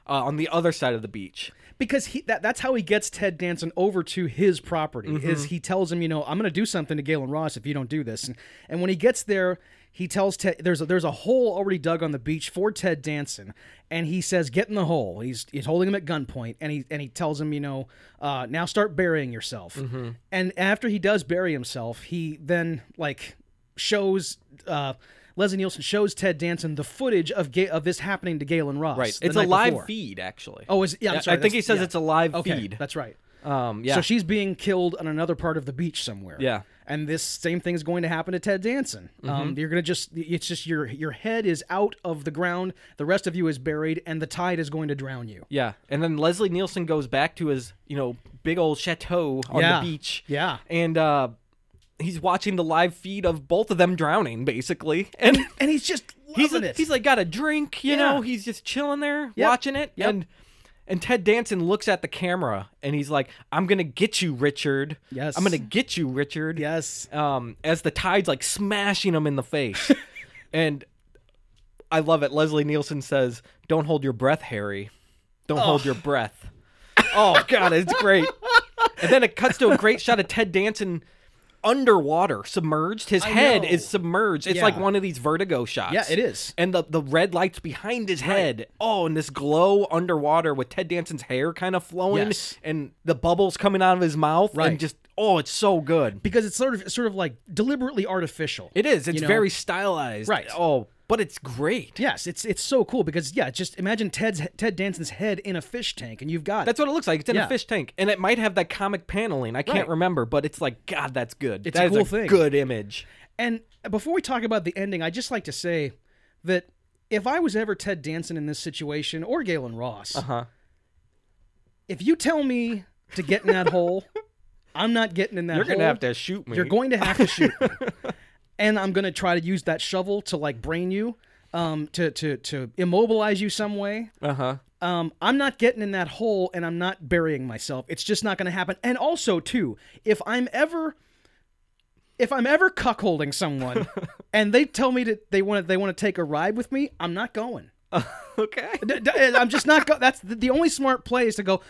S1: uh, on the other side of the beach.
S2: because he that, that's how he gets Ted Danson over to his property is
S1: Mm-hmm.
S2: he tells him you know I'm going to do something to Galen Ross if you don't do this and, and when he gets there he tells Ted there's a, there's a hole already dug on the beach for Ted Danson and he says get in the hole he's he's holding him at gunpoint and he and he tells him you know uh, now start burying yourself
S1: Mm-hmm.
S2: and after he does bury himself he then like shows. Uh, Leslie Nielsen shows Ted Danson the footage of ga- of this happening to Galen Ross. the
S1: it's a
S2: night
S1: live
S2: before.
S1: feed, actually.
S2: Oh, is yeah. I'm
S1: I-
S2: sorry,
S1: I think
S2: that's-
S1: he says
S2: yeah.
S1: it's a live
S2: Okay,
S1: feed.
S2: That's right.
S1: Um, yeah.
S2: So she's being killed on another part of the beach somewhere.
S1: Yeah. Mm-hmm.
S2: And this same thing is going to happen to Ted Danson. Um, you're gonna just it's just your your head is out of the ground, the rest of you is buried, and the tide is going to drown you.
S1: Yeah, and then Leslie Nielsen goes back to his, you know, big old chateau on
S2: Yeah.
S1: the beach.
S2: Yeah.
S1: and uh, he's watching the live feed of both of them drowning, basically. And
S2: And he's just
S1: he's
S2: loving it.
S1: he's like got a drink, you
S2: Yeah.
S1: know. He's just chilling there, watching it.
S2: Yep.
S1: And and Ted Danson looks at the camera and he's like, "I'm gonna get you, Richard.
S2: Yes.
S1: I'm gonna get you, Richard."
S2: yes.
S1: um, as the tide's like smashing him in the face. and I love it. Leslie Nielsen says, Don't hold your breath, Harry. Don't hold your breath. Oh, God, it's great. And then it cuts to a great shot of Ted Danson underwater, submerged. His head
S2: know.
S1: is submerged. It's like
S2: Yeah.
S1: one of these vertigo shots.
S2: Yeah, it is.
S1: And the, the red lights behind his head. Oh, and this glow underwater with Ted Danson's hair kind of flowing
S2: Yes.
S1: and the bubbles coming out of his mouth.
S2: Right.
S1: And just, oh, it's so good.
S2: Because it's sort of sort of like deliberately artificial.
S1: It is. It's
S2: know?
S1: very stylized.
S2: Right.
S1: Oh, but it's great.
S2: Yes, it's it's so cool because yeah, just imagine Ted's Ted Danson's head in a fish tank, and you've got
S1: That's what it looks like. It's in
S2: Yeah.
S1: a fish tank, and it might have that comic paneling. I can't
S2: Right.
S1: remember, but it's like God, that's good.
S2: It's
S1: That
S2: a
S1: is
S2: cool thing.
S1: Good image.
S2: it. And before we talk about the ending, I just like to say that if I was ever Ted Danson in this situation or Galen Ross,
S1: Uh-huh.
S2: if you tell me to get in that hole, I'm not getting in that.
S1: You're gonna
S2: hole.
S1: have to shoot me.
S2: You're going to have to shoot. me. and I'm going to try to use that shovel to like brain you, um, to to to immobilize you some way.
S1: Uh huh.
S2: Um, I'm not getting in that hole, and I'm not burying myself. It's just not going to happen. And also, too, if I'm ever if I'm ever cuckolding someone, and they tell me that they want to they want to take a ride with me, I'm not going.
S1: okay.
S2: D- d- I'm just not. Go- that's the, the only smart play is to go.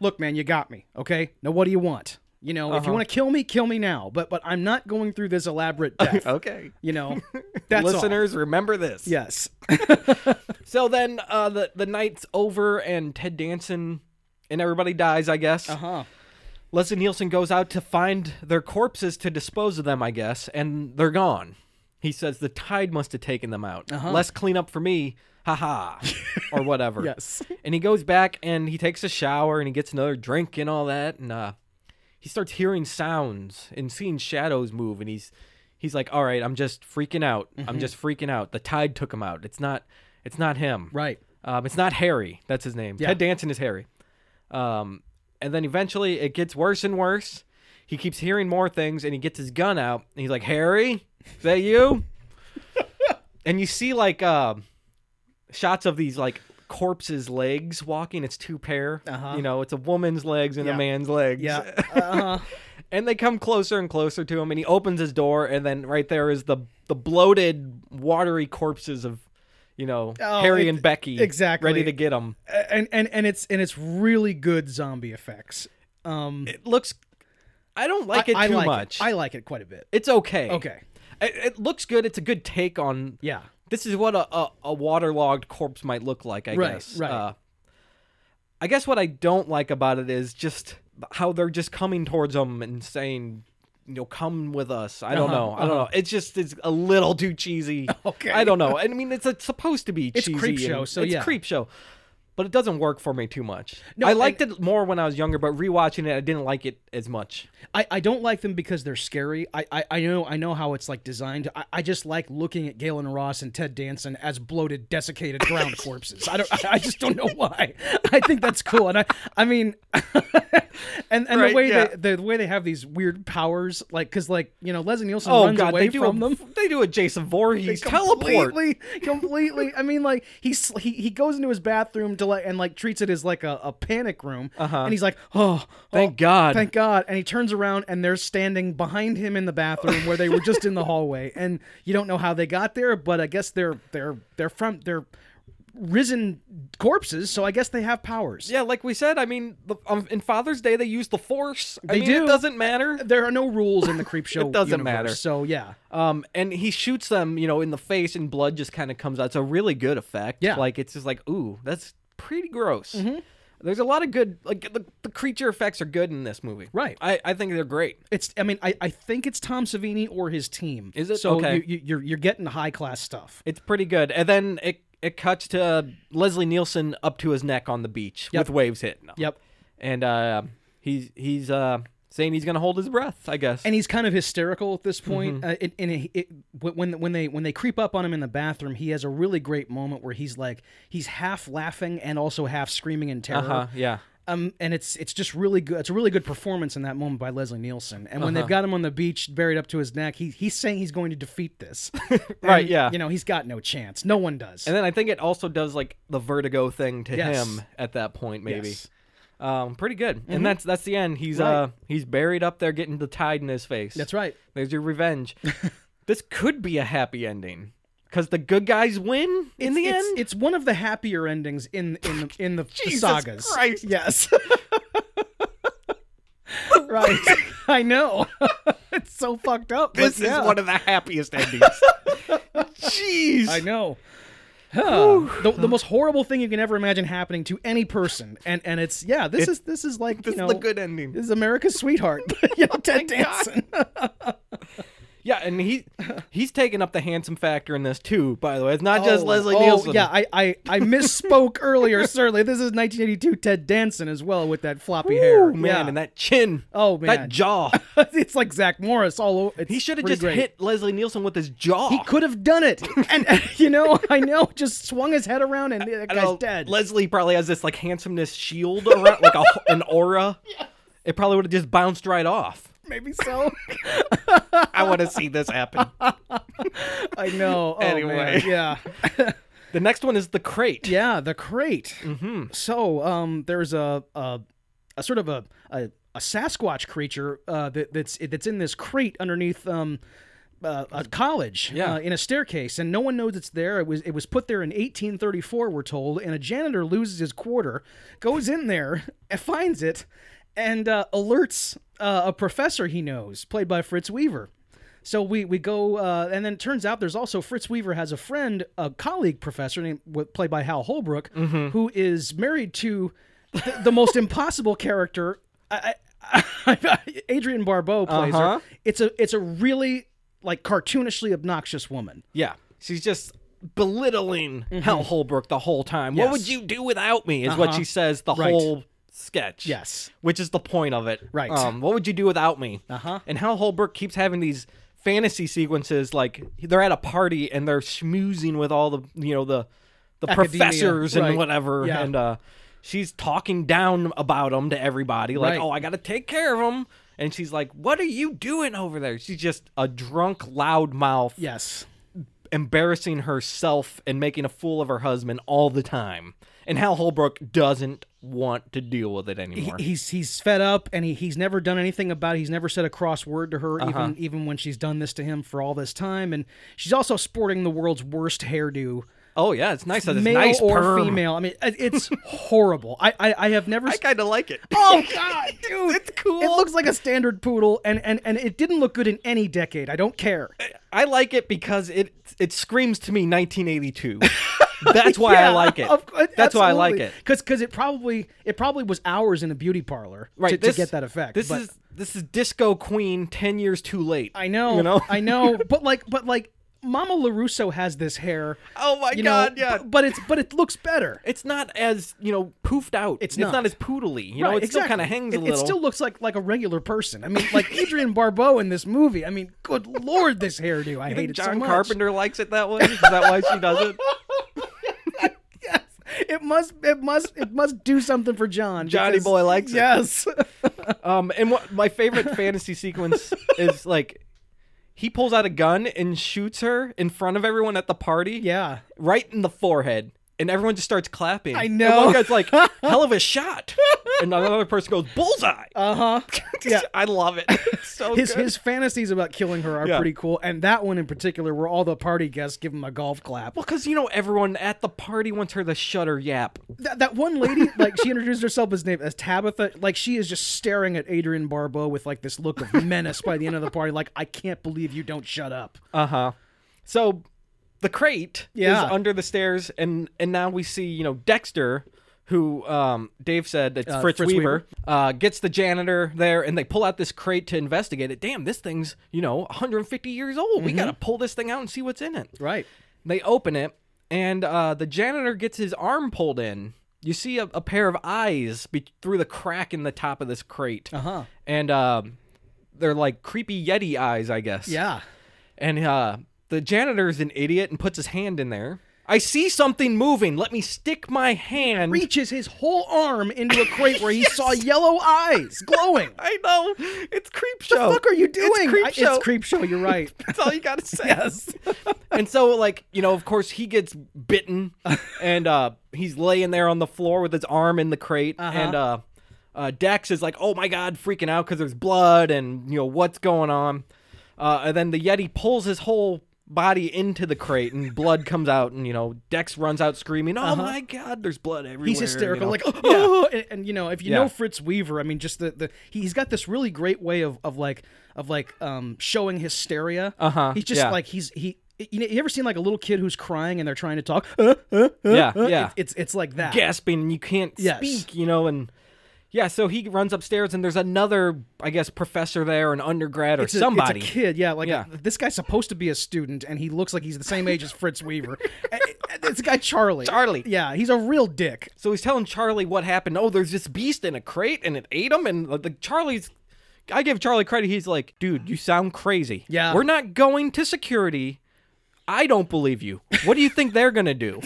S2: Look, man, you got me. Okay. Now, what do you want? You know,
S1: Uh-huh.
S2: if you want to kill me, kill me now. But but I'm not going through this elaborate death.
S1: Okay.
S2: You know, that's all.
S1: Listeners, remember this.
S2: Yes.
S1: So then uh, the the night's over, and Ted Danson and everybody dies. I guess.
S2: Huh.
S1: Leslie Nielsen goes out to find their corpses to dispose of them, I guess, and they're gone. He says the tide must have taken them out. Less cleanup for me, haha, or whatever.
S2: Yes.
S1: And he goes back and he takes a shower and he gets another drink and all that, and uh, he starts hearing sounds and seeing shadows move, and he's he's like, "All right, I'm just freaking out. I'm just freaking out. The tide took him out. It's not, it's not him.
S2: Right.
S1: Um, it's not Harry. That's his name. Ted Danson is Harry. Um, and then eventually it gets worse and worse. He keeps hearing more things, and he gets his gun out, and he's like, "Harry, is that you?" and you see like uh, shots of these like corpses' legs walking. It's two pair.
S2: Uh-huh.
S1: You know, it's a woman's legs and
S2: Yeah.
S1: a man's legs.
S2: Yeah. Uh-huh.
S1: and they come closer and closer to him, and he opens his door, and then right there is the the bloated, watery corpses of, you know,
S2: Oh,
S1: Harry
S2: it-
S1: and Becky,
S2: exactly.
S1: ready to get him.
S2: and and and it's and it's really good zombie effects. Um,
S1: It looks, I don't like it
S2: I
S1: too
S2: like
S1: much.
S2: It. I like it quite a bit.
S1: it's okay.
S2: Okay.
S1: it, it looks good. It's a good take on.
S2: Yeah.
S1: This is what a, a, a waterlogged corpse might look like. I
S2: Right,
S1: guess.
S2: right.
S1: Uh, I guess what I don't like about it is just how they're just coming towards him and saying. You know, come with us. I don't
S2: Uh-huh,
S1: know. I don't know. It's just it's a little too cheesy.
S2: Okay.
S1: I don't know. I mean, it's, it's supposed to be.
S2: It's
S1: cheesy
S2: Creepshow,
S1: and-
S2: so
S1: it's
S2: yeah.
S1: creep show, but it doesn't work for me too much. I liked it more when I was younger, but rewatching it, I didn't like it as much.
S2: I, I don't like them because they're scary. I, I, I know I know how it's like designed. I, I just like looking at Galen Ross and Ted Danson as bloated, desiccated ground corpses. I don't I, I just don't know why. I think that's cool. And I I mean and, and
S1: Right,
S2: the way
S1: yeah.
S2: they the way they have these weird powers, like cause like, you know, Leslie Nielsen
S1: Oh
S2: runs
S1: god,
S2: away
S1: they do
S2: from
S1: a,
S2: them.
S1: They do a Jason Voorhees teleport.
S2: completely, completely. I mean, like he sl- he he goes into his bathroom to like and like treats it as like a, a panic room, uh-huh. and he's like, oh,
S1: Thank
S2: oh,
S1: God.
S2: thank God. And he turns around and they're standing behind him in the bathroom where they were just in the hallway, and you don't know how they got there, but I guess they're they're they're from they're risen corpses, so I guess they have powers.
S1: Yeah, like we said, I mean, the, um, in Father's Day they use the Force. I
S2: They
S1: mean, It
S2: do.
S1: doesn't matter.
S2: There are no rules in the creep show.
S1: It doesn't matter.
S2: So yeah,
S1: Um, and he shoots them, you know, in the face, and blood just kind of comes out. It's a really good effect.
S2: Yeah. Mm-hmm.
S1: like it's just like, ooh, that's pretty gross. There's a lot of good, like the, the creature effects are good in this movie.
S2: Right.
S1: I, I think they're great.
S2: it's. I mean, I, I think it's Tom Savini or his team.
S1: Is it?
S2: So
S1: Okay.
S2: you, you, you're you're getting high class stuff.
S1: It's pretty good. And then it it cuts to Leslie Nielsen up to his neck on the beach with waves hitting him.
S2: Yep.
S1: And uh, he's he's uh saying he's gonna hold his breath. I guess.
S2: and he's kind of hysterical at this point.
S1: Mm-hmm.
S2: Uh, it, and it, it, when when they when they creep up on him in the bathroom, he has a really great moment where he's like he's half laughing and also half screaming in terror.
S1: uh-huh, yeah.
S2: Um, and it's it's just really good. It's a really good performance in that moment by Leslie Nielsen. And when
S1: Uh-huh.
S2: they've got him on the beach, buried up to his neck, he he's saying he's going to defeat this.
S1: Right,
S2: And,
S1: yeah.
S2: You know, he's got no chance. No one does.
S1: And then I think it also does like the vertigo thing to
S2: Yes.
S1: him at that point, maybe.
S2: Yes. Mm-hmm.
S1: Um, pretty good. And that's that's the end. He's
S2: Right.
S1: uh he's buried up there getting the tide in his face.
S2: That's right.
S1: There's your revenge. this could be a happy ending. Cause the good guys win in the
S2: it's,
S1: end.
S2: it's one of the happier endings in in the, in the, the
S1: Jesus
S2: sagas.
S1: Christ.
S2: Yes. right. I know. it's so fucked up. but yeah.
S1: of the happiest endings. Jeez.
S2: I know. Huh. The, the most horrible thing you can ever imagine happening to any person, and and it's yeah, this is this is like you know
S1: good ending. Oh
S2: this is America's sweetheart, you know, Ted Danson.
S1: Yeah, and he he's taking up the handsome factor in this too. By the way, it's not just Leslie
S2: oh,
S1: Nielsen.
S2: Yeah, I, I, I misspoke earlier, certainly. This is 1982 Ted Danson as well with that floppy hair.
S1: Ooh, man,
S2: yeah.
S1: and that chin.
S2: Oh, man.
S1: that jaw.
S2: it's like Zach Morris all over.
S1: He should have just hit Leslie Nielsen with his jaw.
S2: He could have done it. And, you know, I know, just swung his head around and that
S1: I
S2: guy's
S1: know,
S2: dead.
S1: Leslie probably has this like handsomeness shield around, like a, an aura. It probably would have just bounced right off.
S2: Maybe so.
S1: I want to see this happen.
S2: I know. Oh,
S1: Anyway.
S2: man. yeah.
S1: The next one is the crate.
S2: Yeah, the crate.
S1: Mm-hmm.
S2: So um, there's a, a a sort of a a, a Sasquatch creature uh, that, that's that's in this crate underneath um, uh, a college
S1: Yeah.
S2: uh, in a staircase, and no one knows it's there. It was it was put there in 1834, we're told, and a janitor loses his quarter, goes in there, and finds it, and uh, alerts uh, a professor he knows, played by Fritz Weaver. So we we go, uh, and then it turns out there's also Fritz Weaver has a friend, a colleague professor named with- played by Hal Holbrook,
S1: Mm-hmm.
S2: who is married to the, the most impossible character. I, I, Adrian Barbeau plays
S1: Uh-huh.
S2: her. It's a it's a really like cartoonishly obnoxious woman.
S1: Yeah. She's just belittling Hal Holbrook the whole time. What
S2: Mm-hmm. Yes. Uh-huh.
S1: would you do without me? Is what she says the
S2: Right.
S1: whole sketch.
S2: Yes.
S1: Which is the point of it.
S2: Right.
S1: Um, what would you do without me?
S2: Uh-huh.
S1: And Hal Holbrook keeps having these fantasy sequences like they're at a party and they're schmoozing with all the you know the the
S2: Academia,
S1: professors and
S2: right.
S1: whatever
S2: Yeah.
S1: and uh she's talking down about him to everybody like
S2: Right.
S1: oh I got to take care of him and she's like what are you doing over there she's just a drunk loudmouth
S2: Yes.
S1: embarrassing herself and making a fool of her husband all the time. And Hal Holbrook doesn't want to deal with it anymore.
S2: He's he's fed up and he, he's never done anything about it. He's never said a cross word to
S1: Uh-huh.
S2: her, even even when she's done this to him for all this time. And she's also sporting the world's worst hairdo.
S1: oh yeah, it's nice. That it's
S2: male
S1: nice
S2: or
S1: perm.
S2: female. I mean, it- it's horrible. I, I I have never.
S1: I
S2: s-
S1: kind of like it.
S2: oh God, dude,
S1: It's cool.
S2: It looks like a standard poodle, and and and it didn't look good in any decade. I don't care.
S1: I like it because it it screams to me 1982. That's why I
S2: Yeah,
S1: like it.
S2: of cou-
S1: That's why I like it.
S2: Because it probably it probably was hours in a beauty parlor
S1: Right
S2: to, to
S1: this-
S2: get that effect.
S1: This
S2: but-
S1: is this is Disco Queen 10 years too late.
S2: I know,
S1: You know?
S2: I know, but like, but like, Mama Larusso has this hair.
S1: Oh my
S2: you
S1: God,
S2: know,
S1: yeah.
S2: b- But it's but it looks better.
S1: it's not as, you know, poofed out. It's
S2: not.
S1: as poodly. You know, it
S2: Right,
S1: still kind
S2: exactly.
S1: of hangs
S2: it,
S1: a little.
S2: It still looks like like a regular person. I mean, like Adrian Barbeau in this movie. I mean, good lord, this hairdo. I
S1: I
S2: hate
S1: think
S2: it
S1: John
S2: so much.
S1: Carpenter likes it that way. Is that why she does it?
S2: Yes, it must. It must. It must do something for John.
S1: Johnny
S2: because-
S1: boy likes it.
S2: yes. it. Yes.
S1: Um, and what my favorite fantasy sequence is like he pulls out a gun and shoots her in front of everyone at the party.
S2: yeah.
S1: Right in the forehead. And everyone just starts clapping. I
S2: know.
S1: one guy's like, hell of a shot. And another person goes, bullseye.
S2: Uh huh. Yeah.
S1: I love it. It's so
S2: His
S1: good.
S2: his fantasies about killing her are
S1: Yeah.
S2: pretty cool, and that one in particular, where all the party guests give him a golf clap.
S1: well, because you know everyone at the party wants her to shut her yap.
S2: that, that one lady, like she introduced herself as name as Tabitha, like she is just staring at Adrian Barbeau with like this look of menace by the end of the party, like I can't believe you don't shut up.
S1: Uh huh. So the crate
S2: Uh-huh. Yeah.
S1: is under the stairs, and and now we see you know Dexter, who um, Dave said it's Fritz,
S2: Fritz
S1: Weaver,
S2: Weaver.
S1: Uh, gets the janitor there, and they pull out this crate to investigate it. Damn, this thing's you know 150 years old.
S2: Mm-hmm.
S1: We gotta pull this thing out and see what's in it.
S2: Right.
S1: They open it, and uh, the janitor gets his arm pulled in. You see a, a pair of eyes be- through the crack in the top of this crate,
S2: Uh-huh.
S1: and um, they're like creepy yeti eyes, I guess.
S2: Yeah.
S1: And uh, the janitor's an idiot and puts his hand in there. I see something moving. Let me stick my hand.
S2: Reaches his whole arm into a crate where he saw yellow eyes glowing.
S1: I know. It's creep show.
S2: What the fuck are you doing?
S1: It's creep
S2: I-
S1: show.
S2: It's creep show. You're right.
S1: That's all you gotta say. yes. and so, like, you know, of course, he gets bitten, and uh, he's laying there on the floor with his arm in the crate,
S2: Uh-huh.
S1: and uh, uh, Dex is like, "Oh my god," freaking out because there's blood, and you know what's going on. Uh, and then the Yeti pulls his whole body into the crate, and blood comes out, and you know Dex runs out screaming, "Oh my god, there's blood everywhere!"
S2: Uh-huh. He's hysterical,
S1: you know?
S2: like oh, and, and, you know if you
S1: Yeah.
S2: know Fritz Weaver, I mean, just the, the he's got this really great way of, of like of like um showing hysteria.
S1: Uh-huh,
S2: He's just
S1: yeah.
S2: like he's he. You, know, you ever seen like a little kid who's crying and they're trying to talk? Uh, uh, uh,
S1: Yeah,
S2: uh?
S1: yeah.
S2: It's it's, it's like that.
S1: gasping and you can't
S2: Yes.
S1: speak, you know, and Yeah, so he runs upstairs and there's another, I guess, professor there, an undergrad or
S2: It's a-
S1: somebody.
S2: it's a kid, yeah. Like
S1: Yeah.
S2: this guy's supposed to be a student, and he looks like he's the same age as Fritz Weaver. And- and it's a guy Charlie.
S1: Charlie.
S2: Yeah, he's a real dick.
S1: So he's telling Charlie what happened. Oh, there's this beast in a crate and it ate him. And like Charlie's, I give Charlie credit. He's like, dude, you sound crazy.
S2: Yeah.
S1: We're not going to security. I don't believe you. What do you think they're going to do?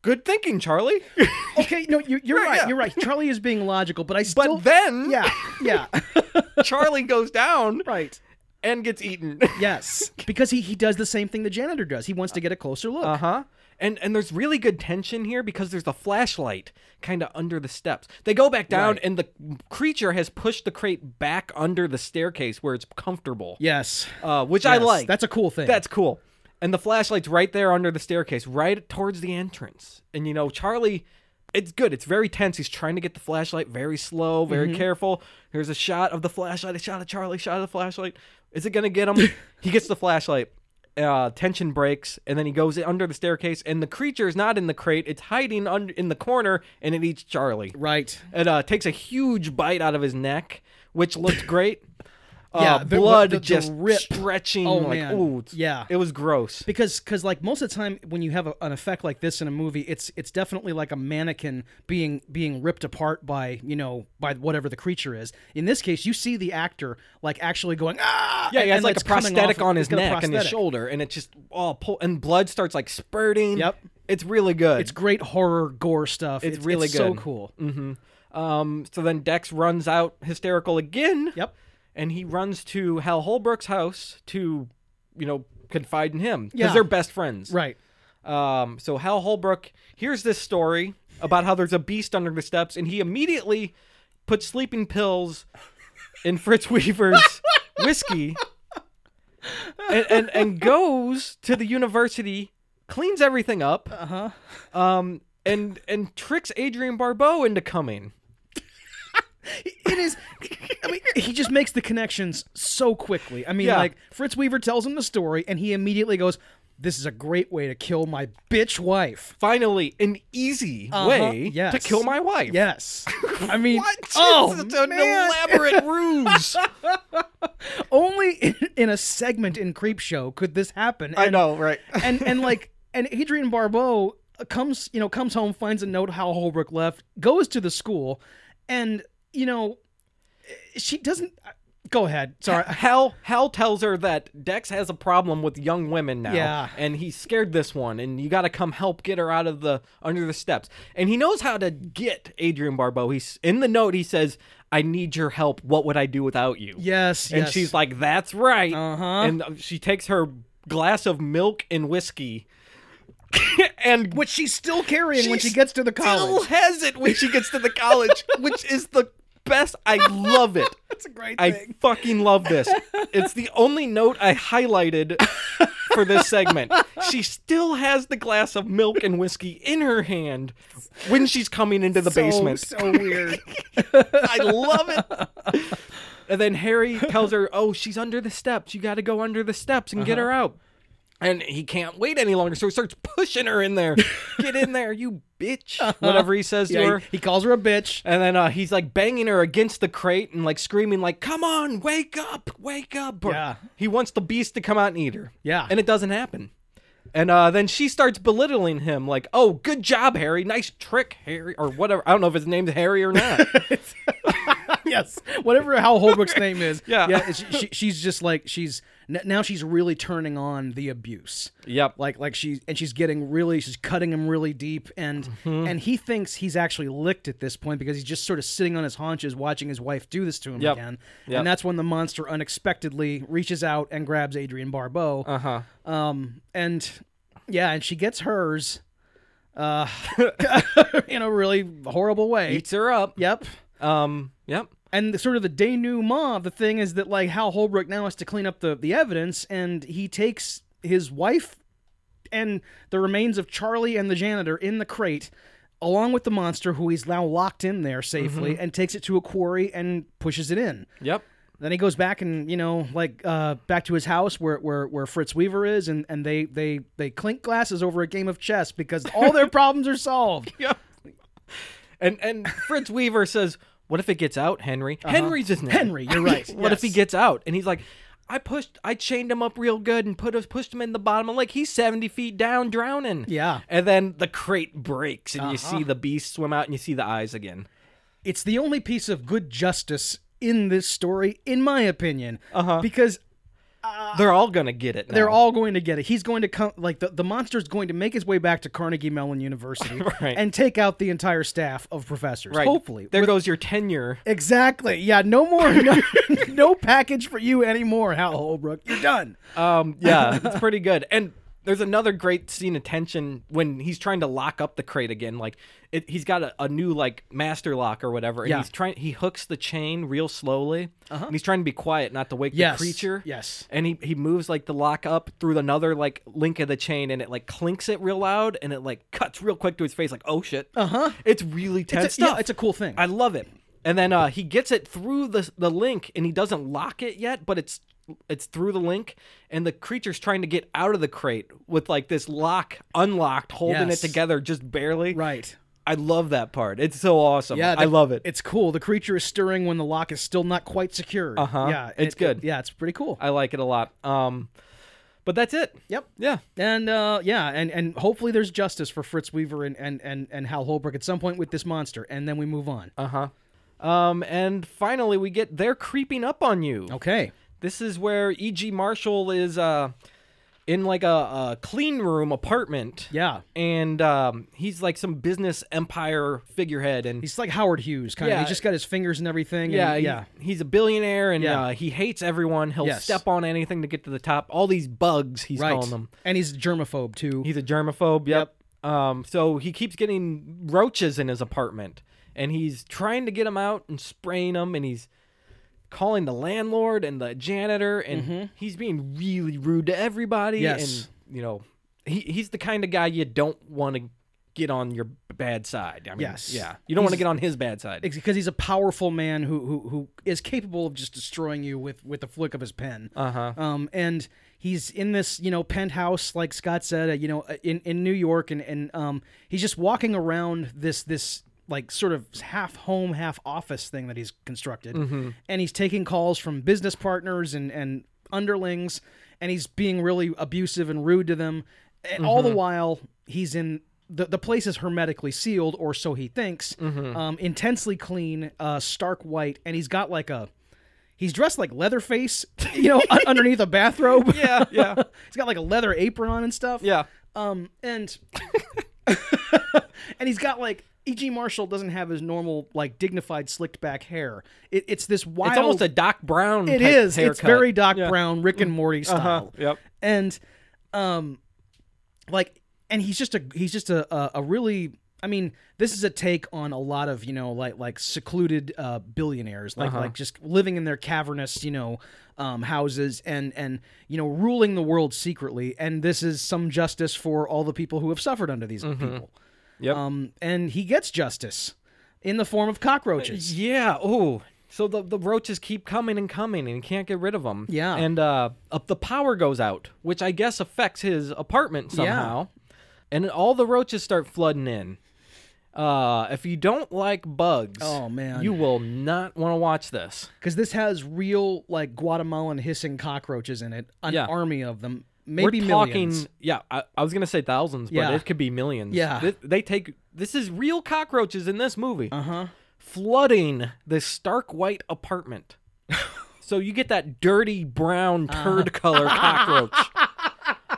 S1: Good thinking, Charlie.
S2: Okay, no, you, you're right.
S1: yeah.
S2: You're right. Charlie is being logical, but I still.
S1: But then
S2: yeah, yeah,
S1: Charlie goes down
S2: right.
S1: and gets eaten.
S2: Yes, because he he does the same thing the janitor does. He wants to get a closer look.
S1: Uh huh. And and there's really good tension here because there's a flashlight kind of under the steps. They go back down,
S2: Right.
S1: and the creature has pushed the crate back under the staircase where it's comfortable.
S2: yes,
S1: uh, which I
S2: Yes,
S1: like.
S2: That's a cool thing.
S1: that's cool. And the flashlight's right there under the staircase, right towards the entrance. And you know, Charlie, it's good. It's very tense. He's trying to get the flashlight very slow, very
S2: Mm-hmm.
S1: careful. Here's a shot of the flashlight. A shot of Charlie. Shot of the flashlight. Is it gonna get him? he gets the flashlight. Uh, tension breaks, and then he goes under the staircase. And the creature is not in the crate; it's hiding un- in the corner, and it eats Charlie.
S2: right.
S1: It uh, takes a huge bite out of his neck, which looked great. Uh,
S2: Yeah, the-
S1: blood
S2: the- the
S1: just
S2: rip.
S1: stretching.
S2: Oh,
S1: like,
S2: man.
S1: Ooh, it's-
S2: Yeah.
S1: it was gross.
S2: Because cause like most of the time when you have a, an effect like this in a movie, it's it's definitely like a mannequin being being ripped apart by you know by whatever the creature is. In this case, you see the actor like actually going ah.
S1: Yeah,
S2: and-
S1: he has
S2: and
S1: like a
S2: it's coming
S1: prosthetic
S2: off-
S1: on
S2: he's
S1: his
S2: got a
S1: neck and his
S2: prosthetic.
S1: shoulder, and it just all pull and blood starts like spurting.
S2: Yep.
S1: it's really good.
S2: It's great horror gore stuff. It's,
S1: really
S2: it's So
S1: good. Mm.
S2: cool.
S1: um. So then Dex runs out hysterical again.
S2: Yep.
S1: and he runs to Hal Holbrook's house to, you know, confide in him because
S2: Yeah.
S1: they're best friends.
S2: Right.
S1: Um, so Hal Holbrook hears this story about how there's a beast under the steps, and he immediately puts sleeping pills in Fritz Weaver's whiskey, and, and and goes to the university, cleans everything up, uh-huh. um, and and tricks Adrian Barbeau into coming.
S2: It is. I mean, he just makes the connections so quickly. I mean,
S1: Yeah.
S2: like Fritz Weaver tells him the story, and he immediately goes, "This is a great way to kill my bitch wife."
S1: Finally, an easy
S2: Uh-huh,
S1: way to
S2: yes.
S1: kill my wife.
S2: Yes. I mean,
S1: What?
S2: oh
S1: it's an
S2: man.
S1: elaborate ruse.
S2: Only in, in a segment in Creep Show could this happen. And,
S1: know, right?
S2: and and like and Adrian Barbeau comes, you know, comes home, finds a note how Holbrook left, goes to the school, and you know, she doesn't. uh, Go ahead. Sorry.
S1: Hal Hal tells her that Dex has a problem with young women now,
S2: Yeah.
S1: and he scared this one, and you got to come help get her out of the under the steps. And he knows how to get Adrian Barbeau. He's in the note. He says, "I need your help. What would I do without you?"
S2: Yes.
S1: and
S2: yes.
S1: she's like, "That's right."
S2: Uh-huh.
S1: And she takes her glass of milk and whiskey, and
S2: which she's still carrying when
S1: She
S2: she gets to the
S1: still
S2: college.
S1: has it when she gets to the college, which is the best. I love it.
S2: That's a great
S1: I fucking love this. It's the only note I highlighted for this segment. She still has the glass of milk and whiskey in her hand when she's coming into the basement.
S2: So weird.
S1: I love it. And then Harry tells her, "Oh, she's under the steps. You got to go under the steps and get
S2: Uh-huh.
S1: her out." And he can't wait any longer, so he starts pushing her in there. Get in there, you bitch! Whatever he says to
S2: Uh-huh. yeah,
S1: her.
S2: he, he calls her a bitch.
S1: And then uh, he's like banging her against the crate and like screaming, like, "Come on, wake up, wake up!" Or-
S2: Yeah.
S1: He wants the beast to come out and eat her.
S2: Yeah.
S1: And it doesn't happen. And uh, then she starts belittling him, like, "Oh, good job, Harry. Nice trick, Harry, or whatever. I don't know if his name's Harry or not."
S2: yes, whatever Hal Holbrook's name is.
S1: Yeah.
S2: yeah. She, she, she's just like she's n- now she's really turning on the abuse.
S1: yep.
S2: Like like she and she's getting really she's cutting him really deep and
S1: Mm-hmm.
S2: and he thinks he's actually licked at this point because he's just sort of sitting on his haunches watching his wife do this to him
S1: Yep.
S2: again.
S1: Yep.
S2: And that's when the monster unexpectedly reaches out and grabs Adrian Barbeau.
S1: uh huh.
S2: Um, and yeah, and she gets hers, uh, in a really horrible way.
S1: Eats her up.
S2: Yep.
S1: Um. Yep.
S2: And the, sort of the denouement of the thing is that like Hal Holbrook now has to clean up the the evidence, and he takes his wife and the remains of Charlie and the janitor in the crate. Along with the monster, who he's now locked in there safely, and takes it to a quarry and pushes it in.
S1: Yep.
S2: Then he goes back and you know like uh, back to his house where where where Fritz Weaver is, and and they they they clink glasses over a game of chess because all their problems are solved.
S1: Yep. And and Fritz Weaver says, "What if it gets out, Henry?" Henry's his name.
S2: Uh-huh. Henry, you're right.
S1: what if he
S2: Yes.
S1: gets out? And he's like, "I pushed, I chained him up real good and put us pushed him in the bottom of the lake. He's seventy feet down, drowning."
S2: Yeah. Uh-huh.
S1: And then the crate breaks, and you see the beast swim out, and you see the eyes again.
S2: it's the only piece of good justice in this story, in my opinion, uh-huh. because
S1: They're all gonna get it. Now.
S2: they're all going to get it. He's going to come, like the the monster's going to make his way back to Carnegie Mellon University
S1: Right.
S2: and take out the entire staff of professors.
S1: Right.
S2: Hopefully,
S1: There goes your tenure.
S2: exactly. Yeah, no more, no, no package for you anymore, Hal Holbrook. You're done.
S1: Um, yeah, it's pretty good. And there's another great scene of tension when he's trying to lock up the crate again. Like it, he's got a, a new like master lock or whatever, and
S2: Yeah. Uh-huh.
S1: he's trying. He hooks the chain real slowly, and he's trying to be quiet, not to wake
S2: Yes,
S1: the creature.
S2: yes.
S1: and he he moves like the lock up through another like link of the chain, and it like clinks it real loud, and it like cuts real quick to his face. Like oh shit, uh huh. It's really tense
S2: Uh-huh. It's a,
S1: stuff.
S2: yeah, it's a cool thing.
S1: I love it. And then uh, he gets it through the the link, and he doesn't lock it yet, but it's it's through the link, and the creature's trying to get out of the crate with like this lock unlocked, holding
S2: Yes.
S1: it together just barely.
S2: right.
S1: I love that part. It's so awesome.
S2: Yeah,
S1: I
S2: the-
S1: love it.
S2: It's cool. The creature is stirring when the lock is still not quite secured. Uh
S1: Uh-huh.
S2: Yeah,
S1: It's
S2: it-
S1: good.
S2: yeah, it's pretty cool.
S1: I like it a lot. Um, but that's it.
S2: yep.
S1: Yeah.
S2: And uh, yeah, and, and hopefully there's justice for Fritz Weaver and, and, and, and Hal Holbrook at some point with this monster, and then we move on.
S1: Uh huh. Um, and finally, we get they're creeping up on you.
S2: Okay.
S1: This is where E.G. Marshall is uh, in like a, a clean room apartment.
S2: Yeah.
S1: and um, he's like some business empire figurehead, and
S2: He's like Howard Hughes, kind of.
S1: Yeah.
S2: He just got his fingers and everything.
S1: yeah,
S2: and,
S1: he-
S2: yeah.
S1: he's a billionaire, and
S2: Yeah.
S1: uh, he hates everyone. He'll
S2: Yes.
S1: step on anything to get to the top. All these bugs, he's
S2: Right.
S1: calling them.
S2: And he's germaphobe too.
S1: He's a germaphobe. Yep. Um, so he keeps getting roaches in his apartment, and he's trying to get them out and spraying them, and he's calling the landlord and the janitor, and he's being really rude to everybody.
S2: Mm-hmm. Yes.
S1: And you know, he, he's the kind of guy you don't want to get on your bad side. I mean,
S2: Yes.
S1: yeah, you don't want to
S2: He's-
S1: get on his bad side.
S2: because he's a powerful man who, who who is capable of just destroying you with with the flick of his pen. Uh huh. Um, and he's in this you know penthouse, like Scott said, uh, you know, uh, in in New York, and and um, he's just walking around this this like sort of half home, half office thing that he's constructed, and he's taking calls from business partners and and underlings, and he's being really abusive and rude to them, and all the while he's in the, the place is hermetically sealed, or so he thinks.
S1: Mm-hmm.
S2: Um, intensely clean, uh, stark white, and he's got like a he's dressed like Leatherface, you know, un- underneath a bathrobe.
S1: yeah, yeah,
S2: he's got like a leather apron on and stuff.
S1: yeah.
S2: Um, and and he's got like E.G. Marshall doesn't have his normal like dignified slicked back hair. It, it's this wild.
S1: It's almost a Doc Brown.
S2: It
S1: type
S2: is. It's
S1: haircut.
S2: very Doc
S1: Yeah. Mm-hmm. Uh-huh.
S2: Brown, Rick and Morty style.
S1: Yep.
S2: And um like and he's just a he's just a a, a really I mean, this is a take on a lot of, you know, like like secluded uh billionaires, like
S1: Uh-huh.
S2: like just living in their cavernous, you know, um houses and and you know, ruling the world secretly and this is some justice for all the people who have suffered under these people.
S1: Mm-hmm. Yep.
S2: Um and he gets justice in the form of cockroaches.
S1: Yeah. Oh. So the, the roaches keep coming and coming, and he can't get rid of them.
S2: Yeah.
S1: And uh, up the power goes out, which I guess affects his apartment somehow. And all the roaches start flooding in. Uh, if you don't like bugs,
S2: Oh, man.
S1: you will not want to watch this.
S2: because this has real like Guatemalan hissing cockroaches in it, an
S1: Yeah.
S2: army of them, maybe
S1: We're talking,
S2: millions.
S1: yeah. I, I was gonna say thousands, but
S2: Yeah.
S1: it could be millions.
S2: Yeah.
S1: Th- they take this is real cockroaches in this movie. Uh
S2: Uh-huh.
S1: huh. Flooding this stark white apartment, so you get that dirty brown
S2: Uh-huh.
S1: turd color cockroach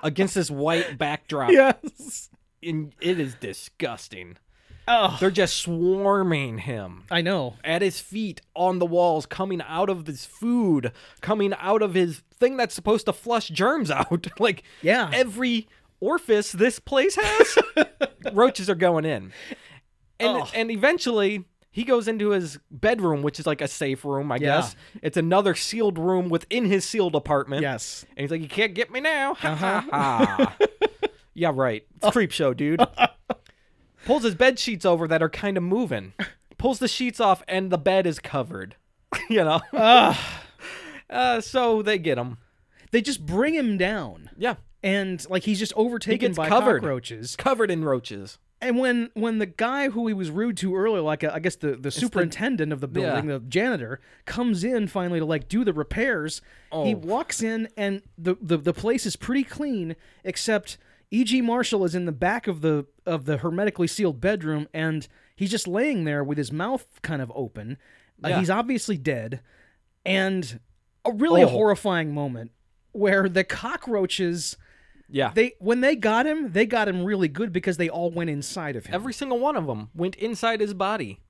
S1: against this white backdrop,
S2: Yes.
S1: and it is disgusting.
S2: Oh,
S1: They're just swarming him
S2: I know.
S1: at his feet on the walls, coming out of this food, coming out of his thing that's supposed to flush germs out. like
S2: Yeah.
S1: every orifice this place has, roaches are going in. And
S2: Ugh.
S1: and eventually he goes into his bedroom, which is like a safe room, I
S2: Yeah.
S1: guess. It's another sealed room within his sealed apartment.
S2: Yes.
S1: And he's like, You can't get me now. Ha ha ha. Uh-huh. Ah. Yeah, right. It's creep show, dude. Pulls his bed sheets over that are kind of moving. Pulls the sheets off, and the bed is covered. you know? Uh, so they get him.
S2: They just bring him down,
S1: Yeah.
S2: and like he's just overtaken
S1: gets
S2: by
S1: covered.
S2: cockroaches,
S1: Covered in roaches.
S2: And when when the guy who he was rude to earlier, like uh, I guess the, the superintendent of the building,
S1: Yeah.
S2: the janitor, comes in finally to like do the repairs,
S1: Oh.
S2: he walks in and the, the the place is pretty clean except E.G. Marshall is in the back of the of the hermetically sealed bedroom and he's just laying there with his mouth kind of open. Uh,
S1: Yeah.
S2: He's obviously dead, and a really
S1: Oh.
S2: horrifying moment where the cockroaches
S1: Yeah.
S2: they when they got him, they got him really good because they all went inside of him.
S1: Every single one of them went inside his body.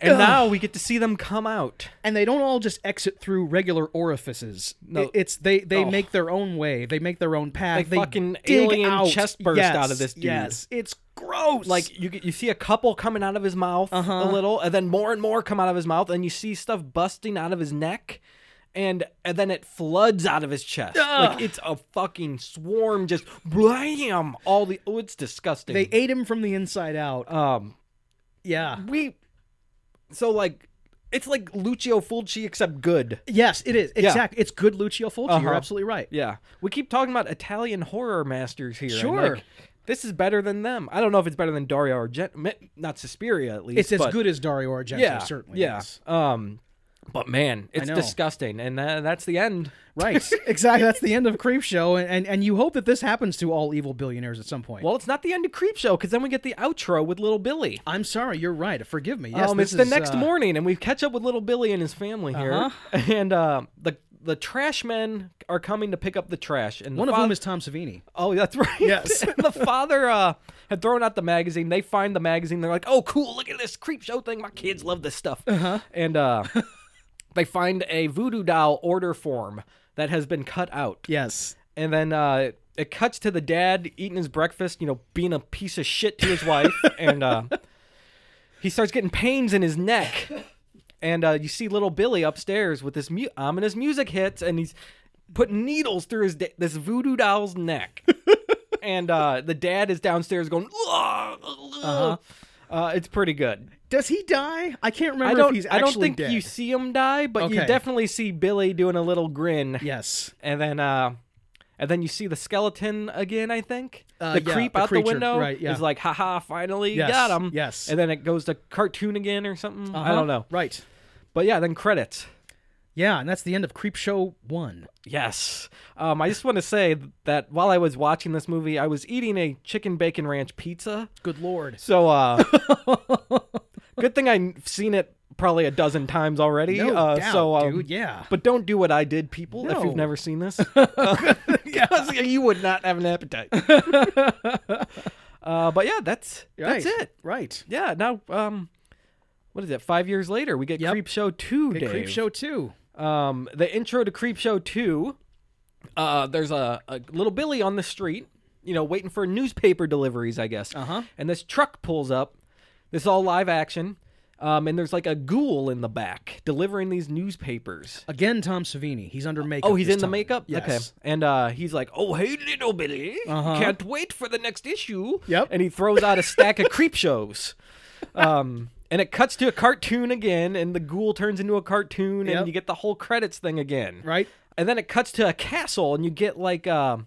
S1: And now we get to see them come out.
S2: and they don't all just exit through regular orifices. No, it's they they make their own way. They make their own path.
S1: Like
S2: they
S1: Oh. fucking
S2: dig
S1: alien
S2: out.
S1: chest burst
S2: Yes,
S1: out of this dude.
S2: Yes, it's gross.
S1: Like you, get- you see a couple coming out of his mouth
S2: Uh-huh.
S1: a little, and then more and more come out of his mouth, and you see stuff busting out of his neck, and and then it floods out of his chest. Like it's a fucking swarm, just blam! All the oh, it's disgusting.
S2: they ate him from the inside out. Uh,
S1: um,
S2: yeah.
S1: we so like it's like Lucio Fulci except good.
S2: Yes, it is. Exactly. It's good Lucio Fulci. You're
S1: Uh-huh.
S2: absolutely right.
S1: Yeah, we keep talking about Italian horror masters here. and,
S2: Sure.
S1: like, this is better than them. I don't know if it's better than Dario Argento, not Suspiria at least.
S2: It's as
S1: but-
S2: good as Dario Argento,
S1: Yeah,
S2: certainly.
S1: Yeah.
S2: is.
S1: Um, but man, it's
S2: know.
S1: disgusting, and tha- that's the end.
S2: Right. exactly. That's the end of Creep Show, and, and and you hope that this happens to all evil billionaires at some point.
S1: Well, it's not the end of Creep Show because then we get the outro with Little Billy.
S2: I'm sorry. You're right. Forgive me. Yes,
S1: um,
S2: this
S1: it's the
S2: is,
S1: next
S2: uh, Uh-huh.
S1: morning, and we catch up with Little Billy and his family here, and uh, the the trash men are coming to pick up the trash, and the
S2: One of
S1: father-
S2: whom is Tom Savini.
S1: Oh, that's right.
S2: Yes.
S1: the father uh, had thrown out the magazine. They find the magazine. They're like, "Oh, cool! Look at this creep show thing. My kids love this stuff." Uh-huh. And uh, they find a voodoo doll order form that has been cut out.
S2: Yes.
S1: And then uh, it cuts to the dad eating his breakfast. You know, being a piece of shit to his wife, and uh, he starts getting pains in his neck. And uh, you see little Billy upstairs with this mu- ominous music hits, and he's putting needles through his da- this voodoo doll's neck. and uh, the dad is downstairs going, "Ugh,
S2: Uh-huh.
S1: ugh." uh, it's pretty good.
S2: Does he die? I can't remember
S1: I don't,
S2: if he's
S1: I
S2: actually
S1: don't think
S2: dead.
S1: you see him die, but you
S2: Okay.
S1: definitely see Billy doing a little grin.
S2: Yes.
S1: And then, uh, and then you see the skeleton again. I think
S2: Uh,
S1: the
S2: yeah,
S1: creep
S2: the
S1: out
S2: creature,
S1: the window
S2: right, yeah.
S1: is like, haha, finally
S2: Yes,
S1: got him.
S2: yes.
S1: And then it goes to cartoon again or something. I
S2: Uh-huh.
S1: don't know.
S2: Right.
S1: But yeah, then credits.
S2: Yeah, and that's the end of Creep Show 1.
S1: Yes. Um, I just want to say that while I was watching this movie, I was eating a chicken bacon ranch pizza.
S2: Good lord.
S1: So, uh, good thing I've seen it probably a dozen times already.
S2: No
S1: uh,
S2: doubt,
S1: so, um,
S2: dude, yeah.
S1: But don't do what I did, people, if
S2: No.
S1: you've never seen this. Uh, 'cause you would not have an appetite. uh, but yeah, that's that's
S2: Right,
S1: it.
S2: Right.
S1: Yeah. Now, um, what is it? Five years later, we get
S2: Yep.
S1: Creep Show Two. Dave.
S2: Creep Show 2.
S1: um, the intro to Creep Show 2, uh, there's a, a little Billy on the street, you know, waiting for newspaper deliveries, I guess.
S2: Uh-huh.
S1: And this truck pulls up. This is all live action. Um, and there's like a ghoul in the back delivering these newspapers.
S2: Again, Tom Savini. He's under makeup.
S1: Oh, he's
S2: this
S1: in the
S2: time.
S1: makeup?
S2: Yes. Uh-huh.
S1: Okay. And uh, he's like, oh, hey, little Billy. Can't wait for the next issue.
S2: Yep.
S1: And he throws out a stack of creep shows. Um, and it cuts to a cartoon again, and the ghoul turns into a cartoon,
S2: Yep.
S1: and you get the whole credits thing again.
S2: Right?
S1: And then it cuts to a castle, and you get like. um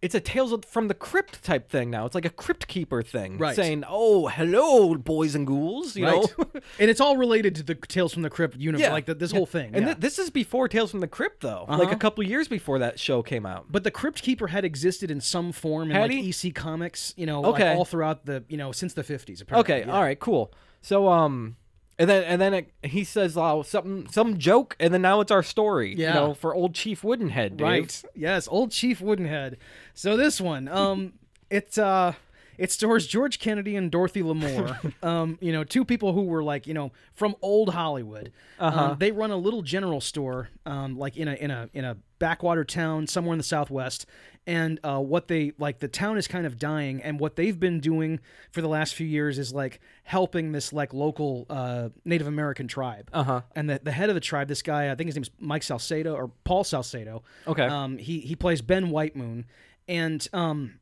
S1: it's a Tales of- from the Crypt type thing now. It's like a Crypt Keeper thing.
S2: Right.
S1: Saying, oh, hello, boys and ghouls, you
S2: right.
S1: know?
S2: and it's all related to the Tales from the Crypt universe,
S1: Yeah.
S2: like the, this whole thing.
S1: And
S2: yeah. Uh-huh.
S1: th- this is before Tales from the Crypt, though. Like a couple years before that show came out.
S2: but the Crypt Keeper had existed in some form in
S1: Had
S2: like
S1: he?
S2: EC Comics, you know,
S1: Okay.
S2: like all throughout the, you know, since the 50s, apparently.
S1: Okay,
S2: Yeah.
S1: all right, cool. So um, and then and then it, he says oh, something some joke, and then now it's our story.
S2: Yeah.
S1: you know, for old Chief Woodenhead, Dave.
S2: Right. Yes, old Chief Woodenhead. So this one, um, it's uh, it stars George Kennedy and Dorothy L'Amour. um, you know, two people who were like, you know, from old Hollywood. Um, they run a little general store, um, like in a in a in a backwater town somewhere in the Southwest. And uh, what they like, the town is kind of dying, and what they've been doing for the last few years is like helping this like local uh, Native American tribe. Uh huh. And the, the head of the tribe, this guy, I think his name's Mike Salcedo or Paul Salcedo.
S1: Okay.
S2: Um, he he plays Ben Whitemoon, and um,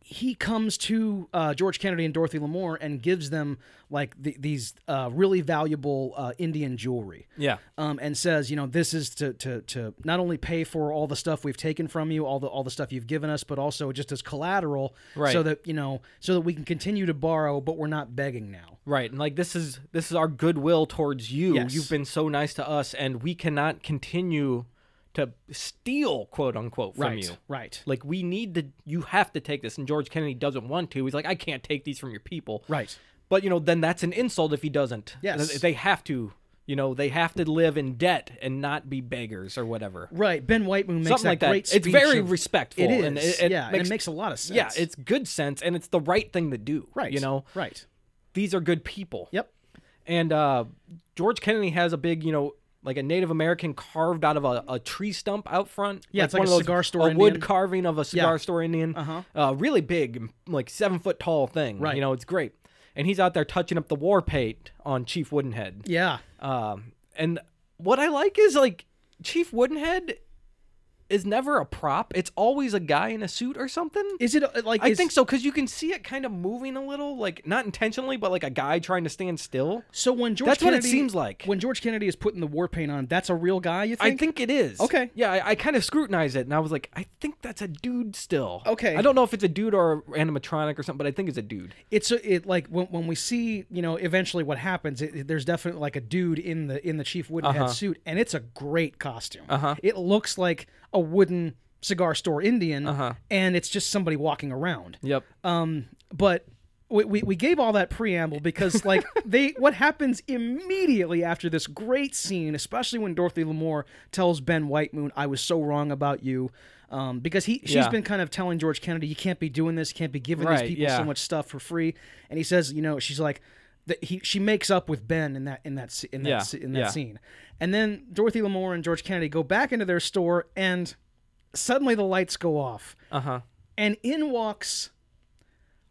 S2: he comes to uh, George Kennedy and Dorothy L'Amour and gives them like the, these uh, really valuable uh, Indian jewelry.
S1: Yeah.
S2: Um, and says, you know, this is to, to to not only pay for all the stuff we've taken from you, all the all the stuff you've given us, but also just as collateral,
S1: Right.
S2: so that you know, so that we can continue to borrow, but we're not begging now.
S1: Right, and like this is this is our goodwill towards you.
S2: Yes.
S1: You've been so nice to us, and we cannot continue to steal, quote unquote, from
S2: right.
S1: you.
S2: Right.
S1: Like we need to. You have to take this, and George Kennedy doesn't want to. He's like, I can't take these from your people.
S2: Right.
S1: But you know, then that's an insult if he doesn't.
S2: Yes.
S1: They have to. You know, they have to live in debt and not be beggars or whatever.
S2: Right. Ben Whitemoon makes
S1: Something
S2: that
S1: like that.
S2: great
S1: It's
S2: speech
S1: very
S2: of-
S1: respectful.
S2: It is.
S1: And it,
S2: yeah, and
S1: makes,
S2: it makes a lot of sense.
S1: yeah, it's good sense, and it's the right thing to do.
S2: right.
S1: You know,
S2: Right.
S1: these are good people.
S2: Yep.
S1: And uh, George Kennedy has a big, you know, like a Native American carved out of a, a tree stump out front.
S2: Yeah, it's like
S1: one of
S2: a
S1: those-
S2: cigar store
S1: A
S2: Indian.
S1: wood carving of a cigar
S2: Yeah.
S1: store Indian. Uh-huh. really big, like seven foot tall thing.
S2: Right.
S1: You know, it's great. And he's out there touching up the war paint on Chief Woodenhead.
S2: Yeah.
S1: Um, and what I like is like Chief Woodenhead is never a prop. It's always a guy in a suit or something.
S2: Is it uh, like
S1: I
S2: is-
S1: think so because you can see it kind of moving a little, like not intentionally, but like a guy trying to stand still.
S2: So when George
S1: That's what it
S2: Kennedy,
S1: seems like.
S2: When George Kennedy is putting the war paint on, that's a real guy. You think?
S1: I think it is.
S2: Okay.
S1: Yeah, I, I kind of scrutinized it, and I was like, I think that's a dude still.
S2: Okay.
S1: I don't know if it's a dude or animatronic or something, but I think it's a dude.
S2: it's a, it like when, when we see you know eventually what happens. It, it- there's definitely like a dude in the in the Chief Woodenhead
S1: Uh-huh.
S2: suit, and it's a great costume. Uh-huh. It looks like a wooden cigar store Indian, uh-huh. and it's just somebody walking around.
S1: Yep.
S2: Um, but. We, we, we gave all that preamble because like they what happens immediately after this great scene especially when dorothy lamour tells ben whitemoon i was so wrong about you um, because he she's
S1: Yeah.
S2: been kind of telling george kennedy you can't be doing this you can't be giving
S1: Right,
S2: these people
S1: yeah.
S2: so much stuff for free and he says you know she's like that he she makes up with ben in that in that se- in that
S1: Yeah,
S2: se- in that
S1: yeah.
S2: scene and then dorothy lamour and george kennedy go back into their store and suddenly the lights go off
S1: Uh huh.
S2: and in walks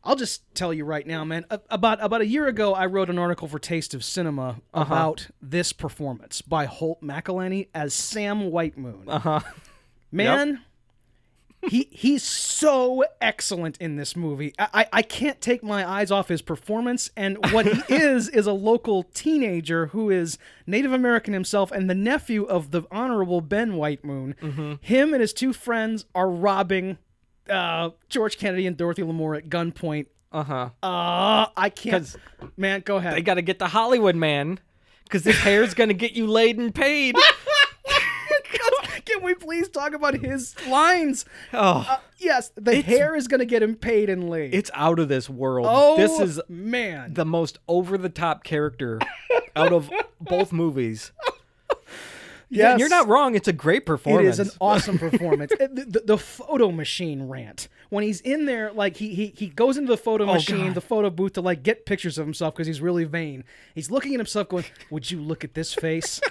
S2: I'll just tell you right now, man. a- About about a year ago, I wrote an article for Taste of Cinema about this performance by Holt McElhenney as Sam Whitemoon. Uh
S1: Uh-huh.
S2: huh. Man, he he's so excellent in this movie. I, I I can't take my eyes off his performance. And what he is is a local teenager who is Native American himself and the nephew of the Honorable Ben Whitemoon. Him and his two friends are robbing uh, George Kennedy and Dorothy L'Amour at gunpoint.
S1: Uh huh.
S2: Uh, I can't. Man, go ahead.
S1: I got to get the Hollywood man because this hair's going to get you laid and paid.
S2: Can we please talk about his lines? Uh,
S1: Oh,
S2: Yes, the hair is going to get him paid and laid.
S1: it's out of this world.
S2: oh,
S1: this is
S2: man.
S1: the most over the top character out of both movies. Yeah,
S2: yes,
S1: you're not wrong. It's a great
S2: It
S1: performance.
S2: is an awesome performance. Uh, the, the, the photo machine rant when he's in there, like he he, he goes into the photo machine,
S1: Oh, God.
S2: the photo booth to like get pictures of himself because he's really vain. He's looking at himself, going, "Would you look at this face?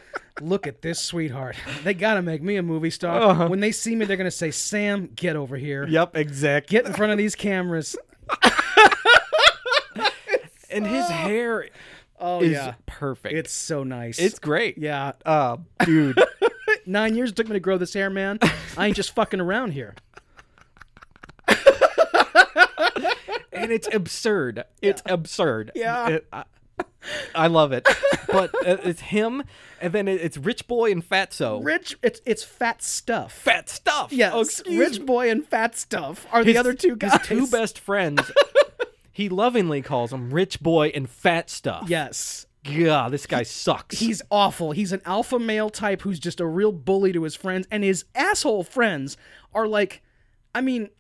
S2: look at this sweetheart. They gotta make me a movie star.
S1: Uh-huh.
S2: When they see me, they're gonna say, Sam, get over here.
S1: yep, exactly.
S2: Get in front of these cameras."
S1: And his hair
S2: Oh
S1: is
S2: yeah,
S1: perfect.
S2: it's so nice.
S1: it's great.
S2: yeah.
S1: Uh, dude.
S2: Nine years it took me to grow this hair, man. I ain't just fucking around here.
S1: and it's absurd. It's absurd.
S2: Yeah.
S1: It- I, I love it. But uh, it's him, and then it- it's Rich Boy and Fatso.
S2: Rich, it's it's fat stuff.
S1: Fat stuff.
S2: Yes,
S1: Oh, excuse
S2: rich
S1: me.
S2: boy and fat stuff are
S1: His-
S2: the other two guys.
S1: His two best friends. he lovingly calls them Rich Boy and Fat Stuff.
S2: Yes,
S1: God, this guy sucks.
S2: he's awful. He's an alpha male type who's just a real bully to his friends, and his asshole friends are like, I mean,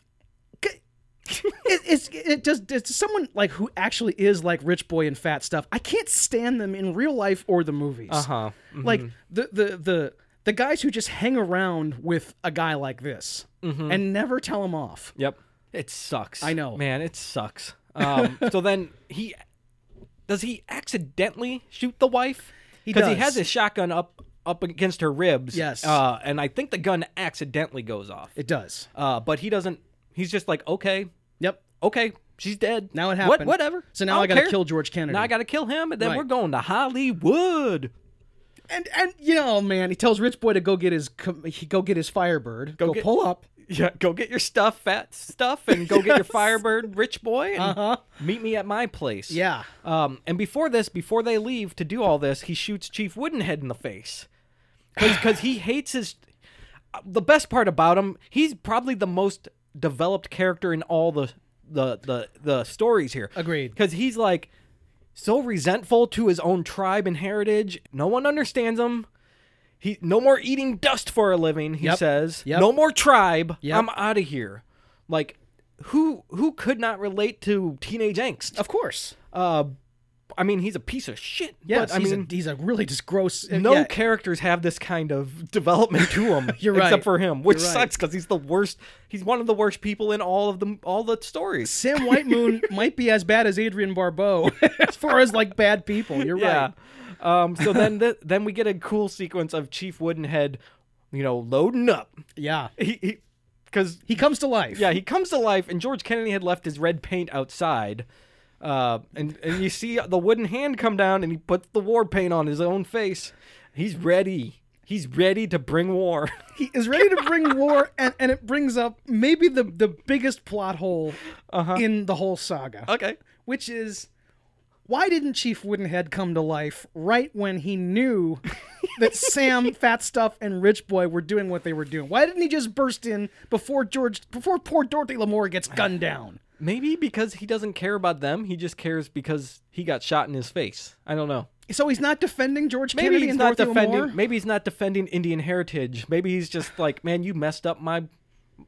S2: c- it, it's it does it's someone like who actually is like rich boy and fat stuff. I can't stand them in real life or the movies.
S1: uh huh.
S2: Like the the the the guys who just hang around with a guy like this
S1: Mm-hmm.
S2: and never tell him off.
S1: Yep. It sucks.
S2: I know.
S1: Man, it sucks. Um, so then he does he accidentally shoot the wife?
S2: He
S1: he
S2: does.
S1: has his shotgun up up against her ribs.
S2: Yes.
S1: Uh, and I think the gun accidentally goes off.
S2: It does.
S1: Uh, but he doesn't. He's just like, okay,
S2: Yep.
S1: okay, she's dead.
S2: Now
S1: What-
S2: it happened.
S1: whatever.
S2: So now I,
S1: don't
S2: gotta
S1: care.
S2: kill George Kennedy.
S1: Now I gotta kill him, and then
S2: Right.
S1: we're going to Hollywood.
S2: and and you know, man, he tells Rich Boy to go get his com- he go get his Firebird, go,
S1: get-
S2: pull up,
S1: Yeah, go get your stuff, fat stuff, and go get your Firebird, rich boy, and
S2: Uh-huh.
S1: meet me at my place.
S2: Yeah.
S1: Um, and before this, before they leave to do all this, he shoots Chief Woodenhead in the face because he hates his. The best part about him, he's probably the most developed character in all the the the, the stories here.
S2: Agreed.
S1: Because he's like so resentful to his own tribe and heritage. No one understands him. He no more eating dust for a living. He
S2: Yep.
S1: says
S2: Yep.
S1: no more tribe.
S2: Yep.
S1: I'm out of here. Like who who could not relate to teenage angst?
S2: Of course.
S1: Uh, I mean, he's a piece of shit.
S2: Yes.
S1: but, I
S2: he's
S1: mean,
S2: a, he's a really just gross. uh,
S1: no
S2: yeah.
S1: characters have this kind of development to him.
S2: You're right.
S1: except for him, which
S2: You're right.
S1: sucks because he's the worst. He's one of the worst people in all of the all the stories.
S2: Sam White Moon might be as bad as Adrian Barbeau as far as like bad people. You're
S1: Yeah.
S2: right.
S1: Um. So then, th- then we get a cool sequence of Chief Woodenhead, you know, loading up.
S2: Yeah.
S1: He, because
S2: He comes to life.
S1: yeah, he comes to life, and George Kennedy had left his red paint outside. Uh, and, and you see the wooden hand come down, and he puts the war paint on his own face. He's ready. He's ready to bring war.
S2: He is ready to bring war, and, and it brings up maybe the, the biggest plot hole
S1: Uh-huh.
S2: in the whole saga,
S1: okay.
S2: which is why didn't Chief Woodenhead come to life right when he knew that Sam, Fat Stuff, and Rich Boy were doing what they were doing? Why didn't he just burst in before George, before poor Dorothy L'Amour gets gunned down?
S1: Maybe because he doesn't care about them, he just cares because he got shot in his face. I don't know.
S2: So he's not defending George
S1: Maybe
S2: Kennedy
S1: he's
S2: and
S1: not
S2: Dorothy
S1: defending.
S2: L'Amour?
S1: Maybe he's not defending Indian heritage. Maybe he's just like, man, you messed up my,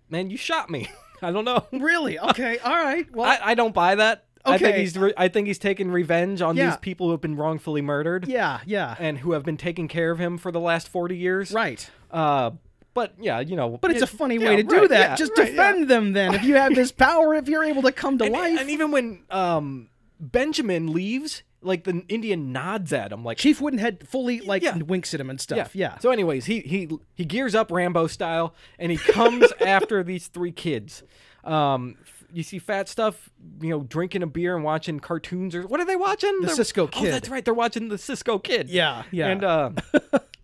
S1: man, you shot me. I don't know.
S2: Really? Okay. All right. Well,
S1: I, I don't buy that. I think
S2: Okay.
S1: he's re- I think he's taking revenge on
S2: Yeah.
S1: these people who have been wrongfully murdered
S2: yeah, yeah.
S1: and who have been taking care of him for the last 40 years.
S2: right.
S1: Uh but yeah, you know,
S2: But it's a funny
S1: yeah,
S2: way to do
S1: right,
S2: that.
S1: yeah,
S2: just
S1: right, yeah.
S2: defend them then. If you have this power, if you're able to come to life.
S1: And even when um Benjamin leaves, like the Indian nods at him like
S2: Chief Woodenhead fully like
S1: Yeah.
S2: winks at him and stuff. Yeah.
S1: So, anyways, he he he gears up Rambo style, and he comes after these three kids. Um, f- you see fat stuff, you know, drinking a beer and watching cartoons or what are they watching? The
S2: Cisco
S1: Oh,
S2: Kid.
S1: that's right, they're watching the Cisco Kid.
S2: Yeah, yeah.
S1: And uh,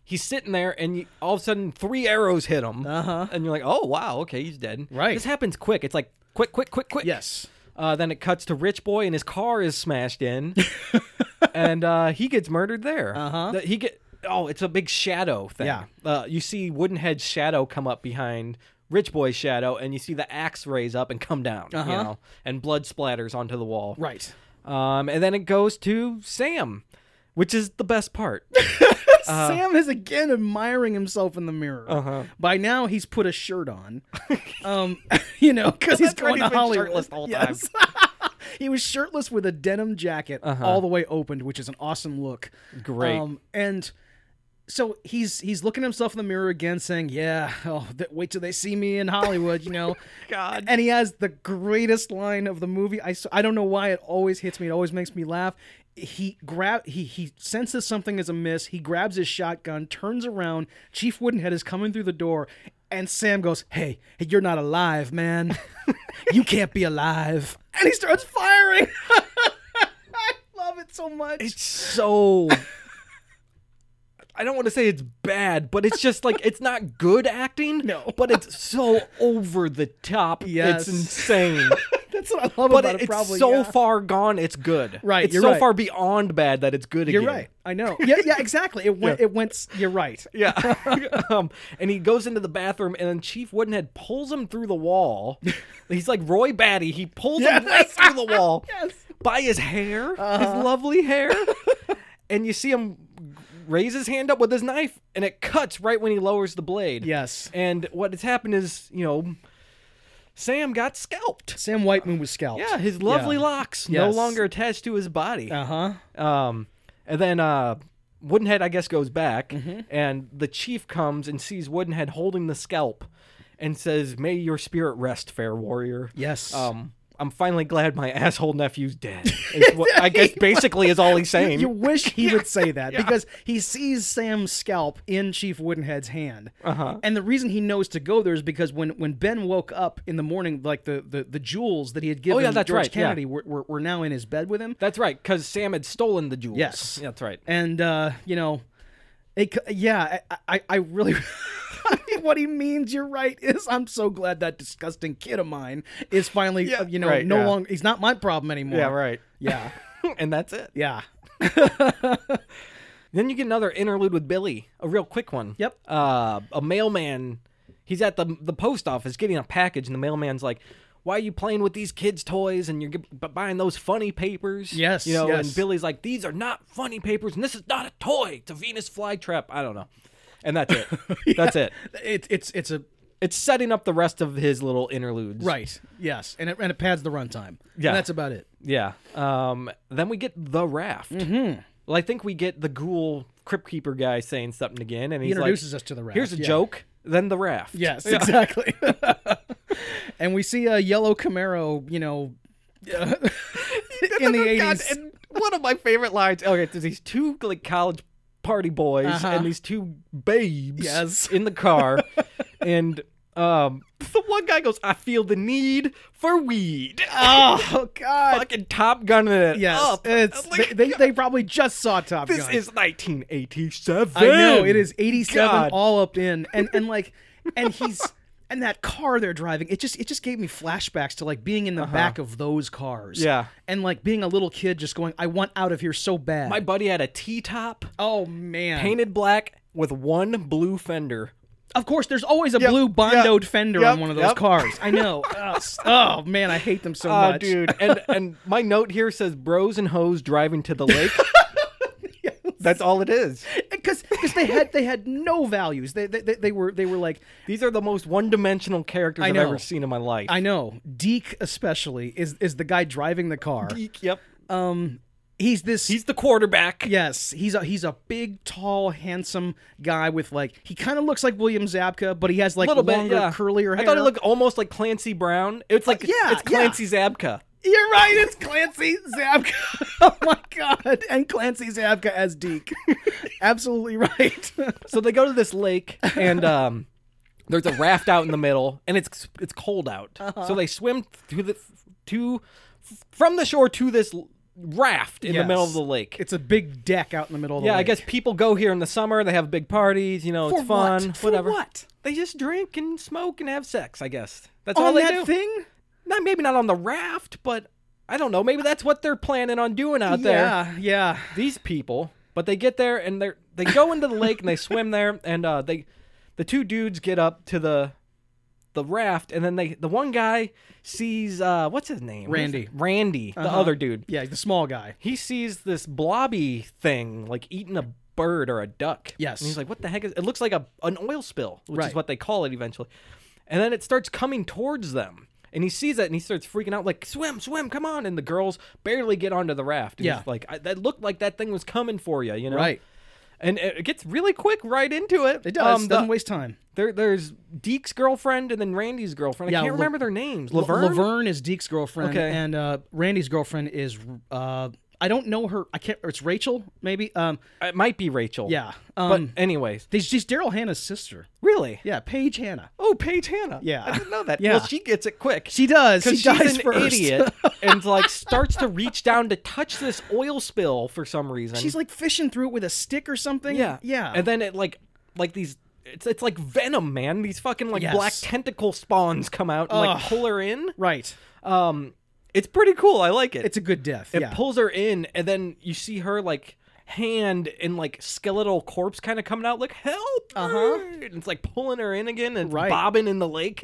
S1: he's sitting there, and you, all of a sudden, three arrows hit him. Uh huh. And you're like, oh wow, okay, he's dead.
S2: Uh-huh. Right.
S1: This happens quick. It's like quick, quick, quick, quick.
S2: yes.
S1: Uh, then it cuts to Rich Boy and his car is smashed in, and uh, he gets murdered there. Uh-huh. he get oh, it's a big shadow thing.
S2: Yeah.
S1: Uh, you see Woodenhead's shadow come up behind Rich Boy's shadow, and you see the axe raise up and come down. You know, and blood splatters onto the wall.
S2: Uh-huh. Right.
S1: Um, and then it goes to Sam, which is the best part. Uh-huh.
S2: Sam is again admiring himself in the mirror. Uh-huh. By now he's put a shirt on. um, you know, because he's
S1: That's right,
S2: going
S1: he's
S2: to
S1: been
S2: Hollywood.
S1: shirtless the whole
S2: Yes. he was shirtless with a denim jacket all the way opened, which is an awesome look.
S1: Uh-huh.
S2: Um,
S1: Great.
S2: and so he's he's looking at himself in the mirror again, saying, "Yeah, oh, th- wait till they see me in Hollywood," you know.
S1: God.
S2: And he has the greatest line of the movie. I, s- I don't know why it always hits me. It always makes me laugh. He grab he he senses something is amiss. He grabs his shotgun, turns around. Chief Woodenhead is coming through the door, and Sam goes, "Hey, hey, you're not alive, man. you can't be alive." And he starts firing. I love it so much.
S1: It's so. I don't want to say it's bad, but it's just like it's not good acting.
S2: No.
S1: but it's so over the top.
S2: Yes.
S1: it's insane.
S2: That's what I love
S1: But
S2: about
S1: it-
S2: it.
S1: it's
S2: probably
S1: so
S2: yeah.
S1: far gone. It's good.
S2: Right,
S1: It's
S2: you're
S1: so
S2: right.
S1: far beyond bad that it's good
S2: You're
S1: again.
S2: right. I know. Yeah, yeah, exactly. It went. It went. s- You're right.
S1: Yeah. um, and he goes into the bathroom, and then Chief Woodenhead pulls him through the wall. He's like Roy Batty. He pulls him right
S2: Yes.
S1: through the wall
S2: Yes. Uh-huh.
S1: by his hair, his lovely hair. and you see him raise his hand up with his knife, and it cuts right when he lowers the blade.
S2: Yes.
S1: And what has happened is, you know, Sam got scalped.
S2: Sam White Moon was scalped.
S1: Yeah, his lovely locks no
S2: Yes.
S1: longer attached to his body.
S2: Uh huh.
S1: Um, and then uh, Woodenhead, I guess, goes back,
S2: Mm-hmm.
S1: and the chief comes and sees Woodenhead holding the scalp, and says, "May your spirit rest, fair warrior."
S2: Yes.
S1: Um, I'm finally glad my asshole nephew's dead. Is what, I guess basically is all he's saying.
S2: you wish he would say that because he sees Sam's scalp in Chief Woodenhead's hand. Uh-huh. And the reason he knows to go there is because when, when Ben woke up in the morning, like the, the, the jewels that he had given
S1: Oh, yeah, that's
S2: George
S1: right, yeah.
S2: Kennedy were, were, were now in his bed with him.
S1: That's right, because Sam had stolen the jewels.
S2: Yes.
S1: that's right.
S2: And, uh, you know, it, c- yeah, I, I, I really. I what he means, you're right, is I'm so glad that disgusting kid of mine is finally,
S1: Yeah,
S2: uh, you know,
S1: right,
S2: no
S1: yeah.
S2: longer, he's not my problem anymore.
S1: Yeah, right.
S2: Yeah.
S1: and that's it.
S2: Yeah.
S1: Then you get another interlude with Billy, a real quick one.
S2: Yep.
S1: Uh, a mailman. He's at the the post office getting a package, and the mailman's like, "Why are you playing with these kids' toys? And you're g- b- buying those funny papers?"
S2: Yes,
S1: You know,
S2: yes.
S1: and Billy's like, "These are not funny papers, and this is not a toy. It's a Venus flytrap." I don't know. And that's it. That's it.
S2: It's it's it's a
S1: It's setting up the rest of his little interludes.
S2: right. Yes, and it and it pads the runtime.
S1: Yeah.
S2: and that's about it.
S1: Yeah. Um. Then we get the raft. Mm-hmm. Well, I think we get the ghoul crypt keeper guy saying something again, and
S2: He
S1: he's
S2: introduces
S1: like,
S2: us to the raft.
S1: Here's a
S2: yeah.
S1: joke, then the raft.
S2: Yes, exactly. and we see a yellow Camaro. You know, uh, in the
S1: oh, God,
S2: eighties.
S1: and one of my favorite lines. Okay, there's these two like college party boys
S2: Uh-huh.
S1: and these two babes
S2: Yes.
S1: in the car, and um, the one guy goes, "I feel the need for weed."
S2: Oh God.
S1: Fucking Top Gun it
S2: Yes,
S1: up.
S2: it's
S1: I'm like,
S2: they, they, they probably just saw Top
S1: this
S2: Gun.
S1: is 1987.
S2: I know it is 87
S1: God.
S2: all up in and and like and he's and that car they're driving it just it just gave me flashbacks to like being in the back of those cars.
S1: Uh-huh. Yeah.
S2: And like being a little kid just going I want out of here so bad.
S1: My buddy had a T top
S2: oh man.
S1: painted black with one blue fender.
S2: of course there's always a blue bondoed fender
S1: Yep.
S2: on one of those
S1: Yep.
S2: cars. I know. oh, s- oh, man, I hate them so
S1: Oh,
S2: much.
S1: dude. And and my note here says bros and hoes driving to the lake. That's all it is.
S2: Cuz they had they had no values. They they, they, they were they were like
S1: These are the most one-dimensional characters I've
S2: know.
S1: ever seen in my life.
S2: I know. Deke especially is is the guy driving the car.
S1: Geek, yep.
S2: He's this
S1: He's the quarterback.
S2: Yes, he's a he's a big, tall, handsome guy with like he kind of looks like William Zabka, but he has like
S1: A little bit,
S2: longer,
S1: yeah.
S2: curlier hair. Uh,
S1: I thought it looked almost like Clancy Brown. It's like
S2: yeah,
S1: it's Clancy Zabka.
S2: You're right. It's Clancy Zabka. oh my god! And Clancy Zabka as Deke. Absolutely right.
S1: So they go to this lake and um there's a raft out in the middle and it's it's cold out.
S2: Uh-huh.
S1: So they swim to the to from the shore to this raft in the middle of
S2: Yes.
S1: the lake.
S2: it's a big deck out in the middle of the
S1: yeah, I
S2: lake.
S1: guess people go here in the summer, they have big parties, you know,
S2: For
S1: it's fun,
S2: what? For
S1: whatever.
S2: what?
S1: They just drink and smoke and have sex, I guess. That's all
S2: on
S1: they
S2: that
S1: do.
S2: thing.
S1: Not maybe not on the raft, but I don't know, maybe that's what they're planning on doing out there
S2: Yeah, yeah.
S1: these people, but they get there and they are they go into the lake and they swim there and uh, they the two dudes get up to the the raft and then they the one guy sees uh, what's his name
S2: Randy.
S1: Randy Uh-huh. the other dude
S2: Yeah, the small guy.
S1: he sees this blobby thing like eating a bird or a duck
S2: Yes.
S1: and he's like what the heck is it looks like a an oil spill which
S2: Right.
S1: is what they call it eventually and then it starts coming towards them. And he sees it and he starts freaking out, like, swim, swim, come on. And the girls barely get onto the raft. And
S2: Yeah.
S1: he's like, I, that looked like that thing was coming for you, you know?
S2: Right.
S1: And it it gets really quick right into it.
S2: It does.
S1: Um, the-
S2: Doesn't waste time.
S1: there, there's Deke's girlfriend and then Randy's girlfriend. I
S2: Yeah,
S1: can't
S2: La-
S1: remember their names.
S2: L-
S1: Laverne?
S2: Laverne is Deke's girlfriend,
S1: Okay.
S2: and uh, Randy's girlfriend is uh, I don't know her. I can't. It's Rachel, maybe. Um,
S1: It might be Rachel.
S2: yeah.
S1: But,
S2: Um,
S1: anyways,
S2: but she's Daryl Hannah's sister.
S1: really?
S2: Yeah, Paige Hannah.
S1: Oh, Paige Hannah.
S2: Yeah.
S1: I didn't know that.
S2: Yeah.
S1: Well, she gets it quick.
S2: She does. She
S1: because she's
S2: dies
S1: an
S2: first.
S1: idiot and like starts to reach down to touch this oil spill for some reason.
S2: She's like fishing through it with a stick or something.
S1: Yeah.
S2: yeah.
S1: And then it like like these it's it's like venom, man. These fucking like
S2: Yes.
S1: black tentacle spawns come out and like
S2: Ugh.
S1: pull her in.
S2: right.
S1: Um it's pretty cool. I like it.
S2: It's a good death.
S1: it
S2: yeah.
S1: pulls her in and then you see her like hand and like skeletal corpse kind of coming out like help
S2: Uh-huh.
S1: her!" and it's like pulling her in again and it's
S2: Right.
S1: bobbing in the lake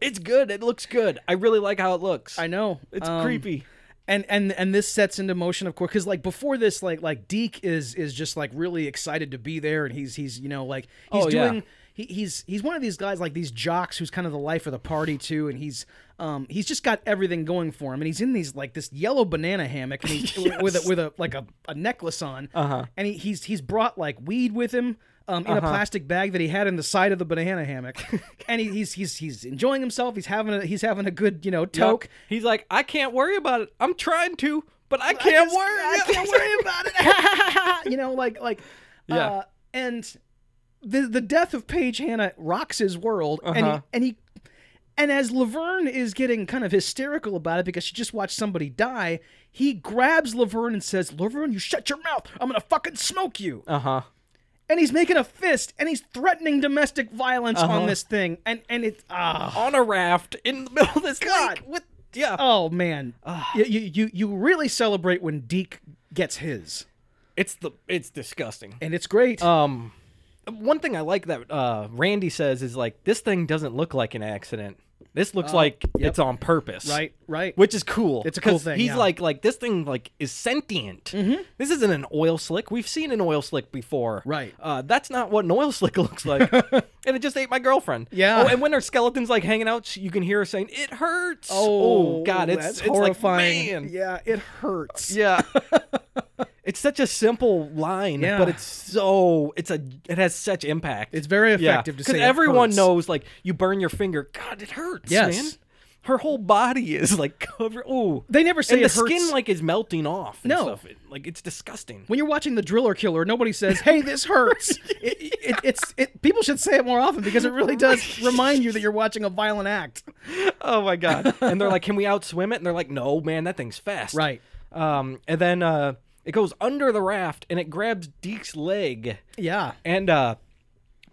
S1: it's good it looks good i really like how it looks
S2: I know.
S1: it's
S2: Um,
S1: creepy
S2: and and and this sets into motion of course because like before this like like Deke is is just like really excited to be there and he's he's you know like he's
S1: Oh, yeah.
S2: doing he, he's he's one of these guys like these jocks who's kind of the life of the party too and he's um he's just got everything going for him and he's in these like this yellow banana hammock and he's with a with a like a, a necklace on uh-huh. and he, he's he's brought like weed with him um,
S1: Uh-huh.
S2: in a plastic bag that he had in the side of the banana hammock, and he, he's he's he's enjoying himself. He's having a he's having a good you know
S1: Yep.
S2: toke.
S1: He's like, I can't worry about it. I'm trying to, but I can't
S2: just-
S1: worry.
S2: I can't worry
S1: about it.
S2: you know, like like
S1: Yeah.
S2: uh, and the the death of Paige Hannah rocks his world, and he,
S1: Uh-huh.
S2: and he and as Laverne is getting kind of hysterical about it because she just watched somebody die, he grabs Laverne and says, "Laverne, you shut your mouth! I'm gonna fucking smoke you!"
S1: Uh huh.
S2: and he's making a fist and he's threatening domestic violence
S1: Uh-huh.
S2: on this thing and and it ah
S1: on a raft in the middle of this
S2: God.
S1: lake with yeah.
S2: oh man you, you you you really celebrate when Deke gets his
S1: it's the it's disgusting.
S2: and it's great
S1: Um, one thing I like that uh, Randy says is like this thing doesn't look like an accident. This looks like it's on purpose,
S2: Oh, right right
S1: Which is cool.
S2: It's a cool
S1: 'cause
S2: thing,
S1: He's
S2: yeah. Mm-hmm.
S1: like like this thing like is sentient. This isn't an oil slick. We've seen an oil slick before,
S2: Right.
S1: Uh, that's not what an oil slick looks like. and it just ate my girlfriend.
S2: Yeah.
S1: Oh, and when her skeleton's like hanging out, she- you can hear her saying, "It hurts."
S2: oh,
S1: God, it's
S2: that's
S1: it's
S2: horrifying
S1: Like, man.
S2: yeah it hurts
S1: Yeah. it's such a simple line,
S2: Yeah.
S1: but it's so it's a it has such impact.
S2: It's very effective to say it
S1: everyone
S2: hurts.
S1: knows like you burn your finger, god it hurts,
S2: Yes.
S1: man. Her whole body is like covered. Oh,
S2: They never say
S1: and
S2: it
S1: the skin
S2: hurts.
S1: like is melting off. And
S2: No.
S1: stuff. It- like it's disgusting.
S2: when you're watching the driller killer nobody says hey this hurts it, it, it's it, people should say it more often because it really does remind you that you're watching a violent act
S1: Oh my god! and they're like, "Can we outswim it?" And they're like, "No, man, that thing's fast."
S2: Right.
S1: Um, and then uh, it goes under the raft and it grabs Deke's leg.
S2: yeah
S1: and uh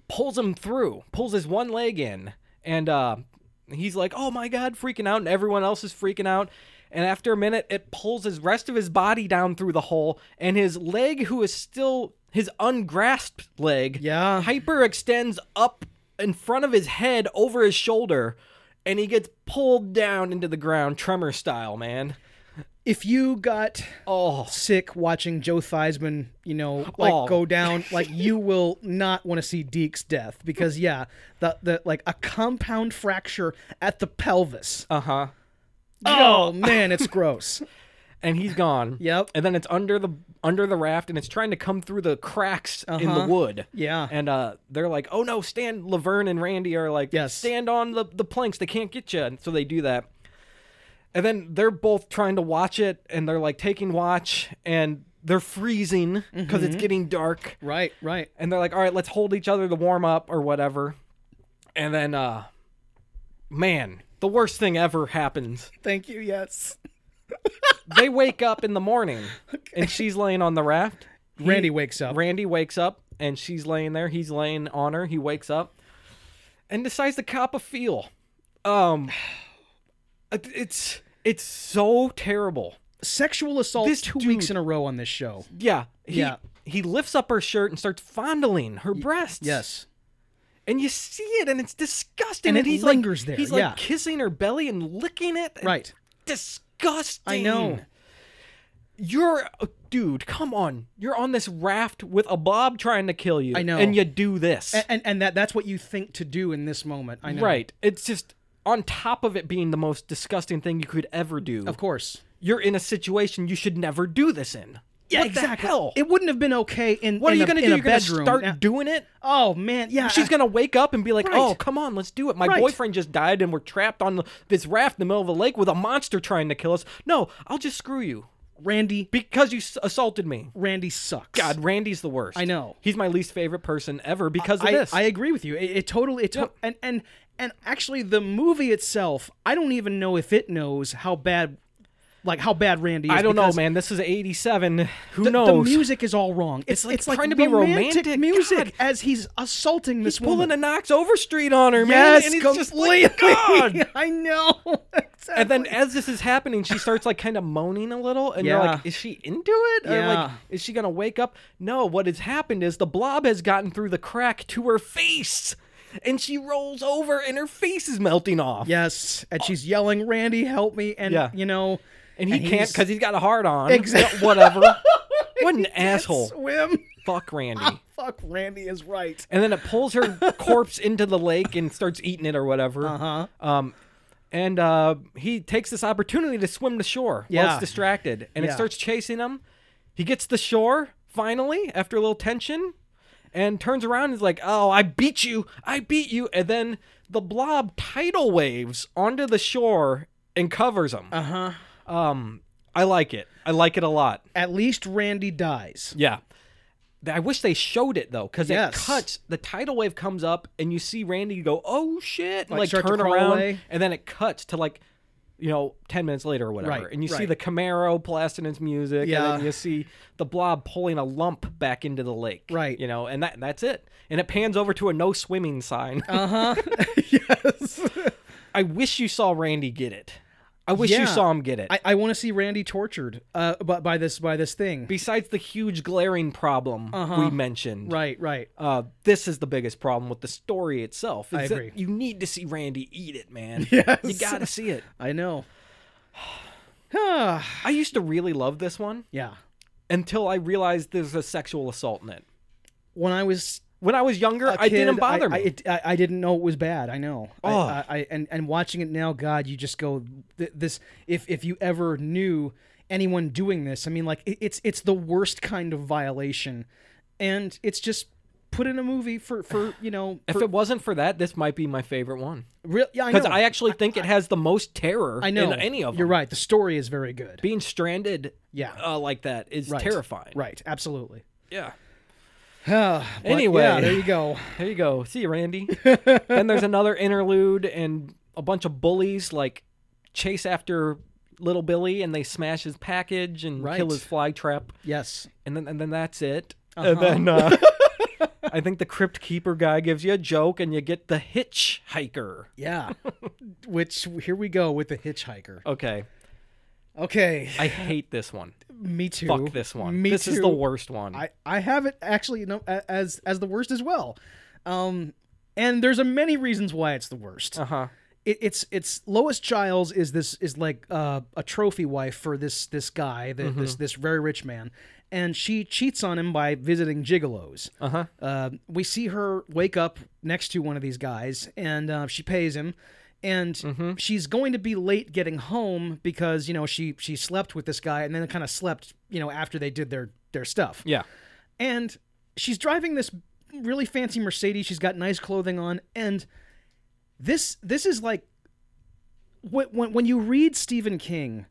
S1: pulls him through pulls his one leg in and uh he's like oh my god freaking out and everyone else is freaking out and after a minute it pulls his rest of his body down through the hole and his leg who is still his ungrasped leg
S2: Yeah.
S1: hyper extends up in front of his head over his shoulder and he gets pulled down into the ground tremor style man
S2: if you got
S1: oh
S2: sick watching Joe Theismann, you know, like
S1: Oh.
S2: go down, like you will not want to see Deke's death because yeah, the the like a compound fracture at the pelvis.
S1: uh-huh
S2: Oh, man, it's gross.
S1: and he's gone
S2: Yep.
S1: and then it's under the under the raft and it's trying to come through the cracks in the
S2: Uh-huh.
S1: wood
S2: Yeah.
S1: and uh they're like oh no stand laverne and randy are like
S2: Yes.
S1: stand on the, the planks they can't get you and so they do that and then they're both trying to watch it and they're like taking watch and they're freezing because
S2: Mm-hmm.
S1: it's getting dark
S2: Right, right.
S1: and they're like all right let's hold each other to warm up or whatever and then uh man the worst thing ever happens
S2: Thank you. Yes.
S1: they wake up in the morning and she's laying on the raft
S2: Randy wakes up.
S1: Randy wakes up and she's laying there. He's laying on her. He wakes up and decides to cop a feel. Um, it- it's it's so terrible.
S2: Sexual assault
S1: This
S2: two
S1: dude-
S2: weeks in a row on this show.
S1: Yeah. He,
S2: Yeah.
S1: He lifts up her shirt and starts fondling her breasts.
S2: Yes.
S1: And you see it, and it's disgusting.
S2: And
S1: And,
S2: it
S1: he's
S2: lingers
S1: like,
S2: there,
S1: He's
S2: yeah.
S1: like kissing her belly and licking it. and
S2: Right.
S1: Disgusting.
S2: I know.
S1: You're, uh, dude. Come on. You're on this raft with a blob trying to kill you.
S2: I know.
S1: And you do this.
S2: And and that that's what you think to do in this moment. I know.
S1: Right. It's just on top of it being the most disgusting thing you could ever do.
S2: Of course.
S1: You're in a situation you should never do this in. what The hell?
S2: It wouldn't have been okay in
S1: what are
S2: in
S1: you
S2: a-
S1: gonna do?
S2: in a
S1: You're gonna
S2: bedroom.
S1: start
S2: Yeah.
S1: doing it.
S2: Oh man, yeah.
S1: She's gonna wake up and be like,
S2: Right.
S1: "Oh, come on, let's do it." My
S2: Right.
S1: boyfriend just died, and we're trapped on the- this raft in the middle of a lake with a monster trying to kill us. No, I'll just screw you
S2: Randy
S1: because you s- assaulted me.
S2: Randy sucks.
S1: God, Randy's the worst.
S2: I know.
S1: He's my least favorite person ever because of
S2: I,
S1: this.
S2: I agree with you. It, it totally it to- and and and actually the movie itself, I don't even know if it knows how bad like how bad Randy is.
S1: I don't know,
S2: because
S1: man. This is '87. Who
S2: The,
S1: knows?
S2: the music is all wrong. It's,
S1: like
S2: it's like
S1: trying to be romantic.
S2: music
S1: God.
S2: as he's assaulting this
S1: pulling
S2: woman.
S1: a Knox Overstreet on her, man.
S2: yes,
S1: and it's just
S2: completely.
S1: like, God.
S2: I know. Exactly.
S1: And then as this is happening, she starts like kind of moaning a little, and you're like,
S2: Yeah.
S1: "Is she into it? Or like,
S2: Yeah.
S1: is she gonna wake up?" No. What has happened is the blob has gotten through the crack to her face, and she rolls over, and her face is melting off.
S2: yes, and she's yelling, "Randy, help me!" And
S1: Yeah.
S2: you know,
S1: And he can't
S2: he's-
S1: because he's got a hard on.
S2: Exact-
S1: Whatever. What an asshole.
S2: swim.
S1: Fuck Randy.
S2: Fuck, Randy is right.
S1: and then it pulls her corpse into the lake and starts eating it or whatever. Uh-huh. Um, and uh, he takes this opportunity to swim to shore while
S2: Yeah.
S1: it's distracted, and
S2: Yeah.
S1: it starts chasing him. He gets to shore finally after a little tension, and turns around and is like, "Oh, I beat you! I beat you!" And then the blob tidal waves onto the shore and covers him.
S2: Uh huh.
S1: Um, I like it. I like it a lot.
S2: At least Randy dies.
S1: Yeah. Th- I wish they showed it though, because it
S2: Yes.
S1: cuts. The tidal wave comes up, and you see Randy go, "Oh shit!" and
S2: Like,
S1: like
S2: start to
S1: turn
S2: crawl
S1: around,
S2: away?
S1: and then it cuts to like you know, 10 minutes later or whatever.
S2: Right,
S1: and you see
S2: right.
S1: the Camaro blasting its music. And
S2: Yeah.
S1: then you see the blob pulling a lump back into the lake.
S2: Right.
S1: You know, and that that's it. And it pans over to a no swimming sign.
S2: Uh huh. yes.
S1: I wish you saw Randy get it. I wish
S2: Yeah.
S1: you saw him get it.
S2: I, I want to see Randy tortured. Uh, but by this by this thing.
S1: Besides the huge glaring problem
S2: Uh-huh.
S1: we mentioned,
S2: right. Right.
S1: uh, this is the biggest problem with the story itself.
S2: I
S1: is that
S2: agree.
S1: You need to see Randy eat it, man.
S2: Yes.
S1: You got to see it.
S2: I know.
S1: I used to really love this one
S2: yeah.
S1: until I realized there's a sexual assault in it.
S2: When I was
S1: When I was younger,
S2: a
S1: I didn't
S2: kid,
S1: bother
S2: I,
S1: me.
S2: I, it, I, I didn't know it was bad. I know. I-
S1: Oh.
S2: I, I, and and watching it now, God, you just go th- this. If if you ever knew anyone doing this, I mean, like it, it's it's the worst kind of violation, and it's just put in a movie for for you know.
S1: if
S2: For,
S1: it wasn't for that, this might be my favorite one
S2: real, yeah, I know.
S1: because I, actually think it has the most terror
S2: I know
S1: in any of them.
S2: You're right. The story is very good.
S1: Being stranded,
S2: Yeah.
S1: uh, like that is
S2: Right.
S1: terrifying.
S2: Right. Absolutely.
S1: Yeah.
S2: But,
S1: Anyway.
S2: yeah, there you go.
S1: There you go. See you, Randy. then there's another interlude and a bunch of bullies like chase after little Billy and they smash his package and
S2: Right.
S1: kill his fly trap.
S2: Yes.
S1: And then and then that's it.
S2: Uh-huh.
S1: And then uh, I think the crypt keeper guy gives you a joke and you get the hitchhiker.
S2: Yeah. Which here we go with the hitchhiker.
S1: Okay.
S2: Okay.
S1: I hate this one.
S2: Me too.
S1: Fuck this one.
S2: Me
S1: this
S2: too.
S1: is the worst one.
S2: I, I have it actually you know, a- as as the worst as well. Um, and there's a many reasons why it's the worst.
S1: uh-huh.
S2: It, it's it's Lois Giles is this is like uh, a trophy wife for this this guy the, this this very rich man, and she cheats on him by visiting gigolos.
S1: Uh-huh.
S2: Uh, we see her wake up next to one of these guys, and uh, she pays him. And
S1: Mm. Mm-hmm.
S2: she's going to be late getting home because you know she she slept with this guy and then kind of slept you know after they did their their stuff
S1: Yeah.
S2: and she's driving this really fancy Mercedes. She's got nice clothing on, and this this is like when when, when you read Stephen King,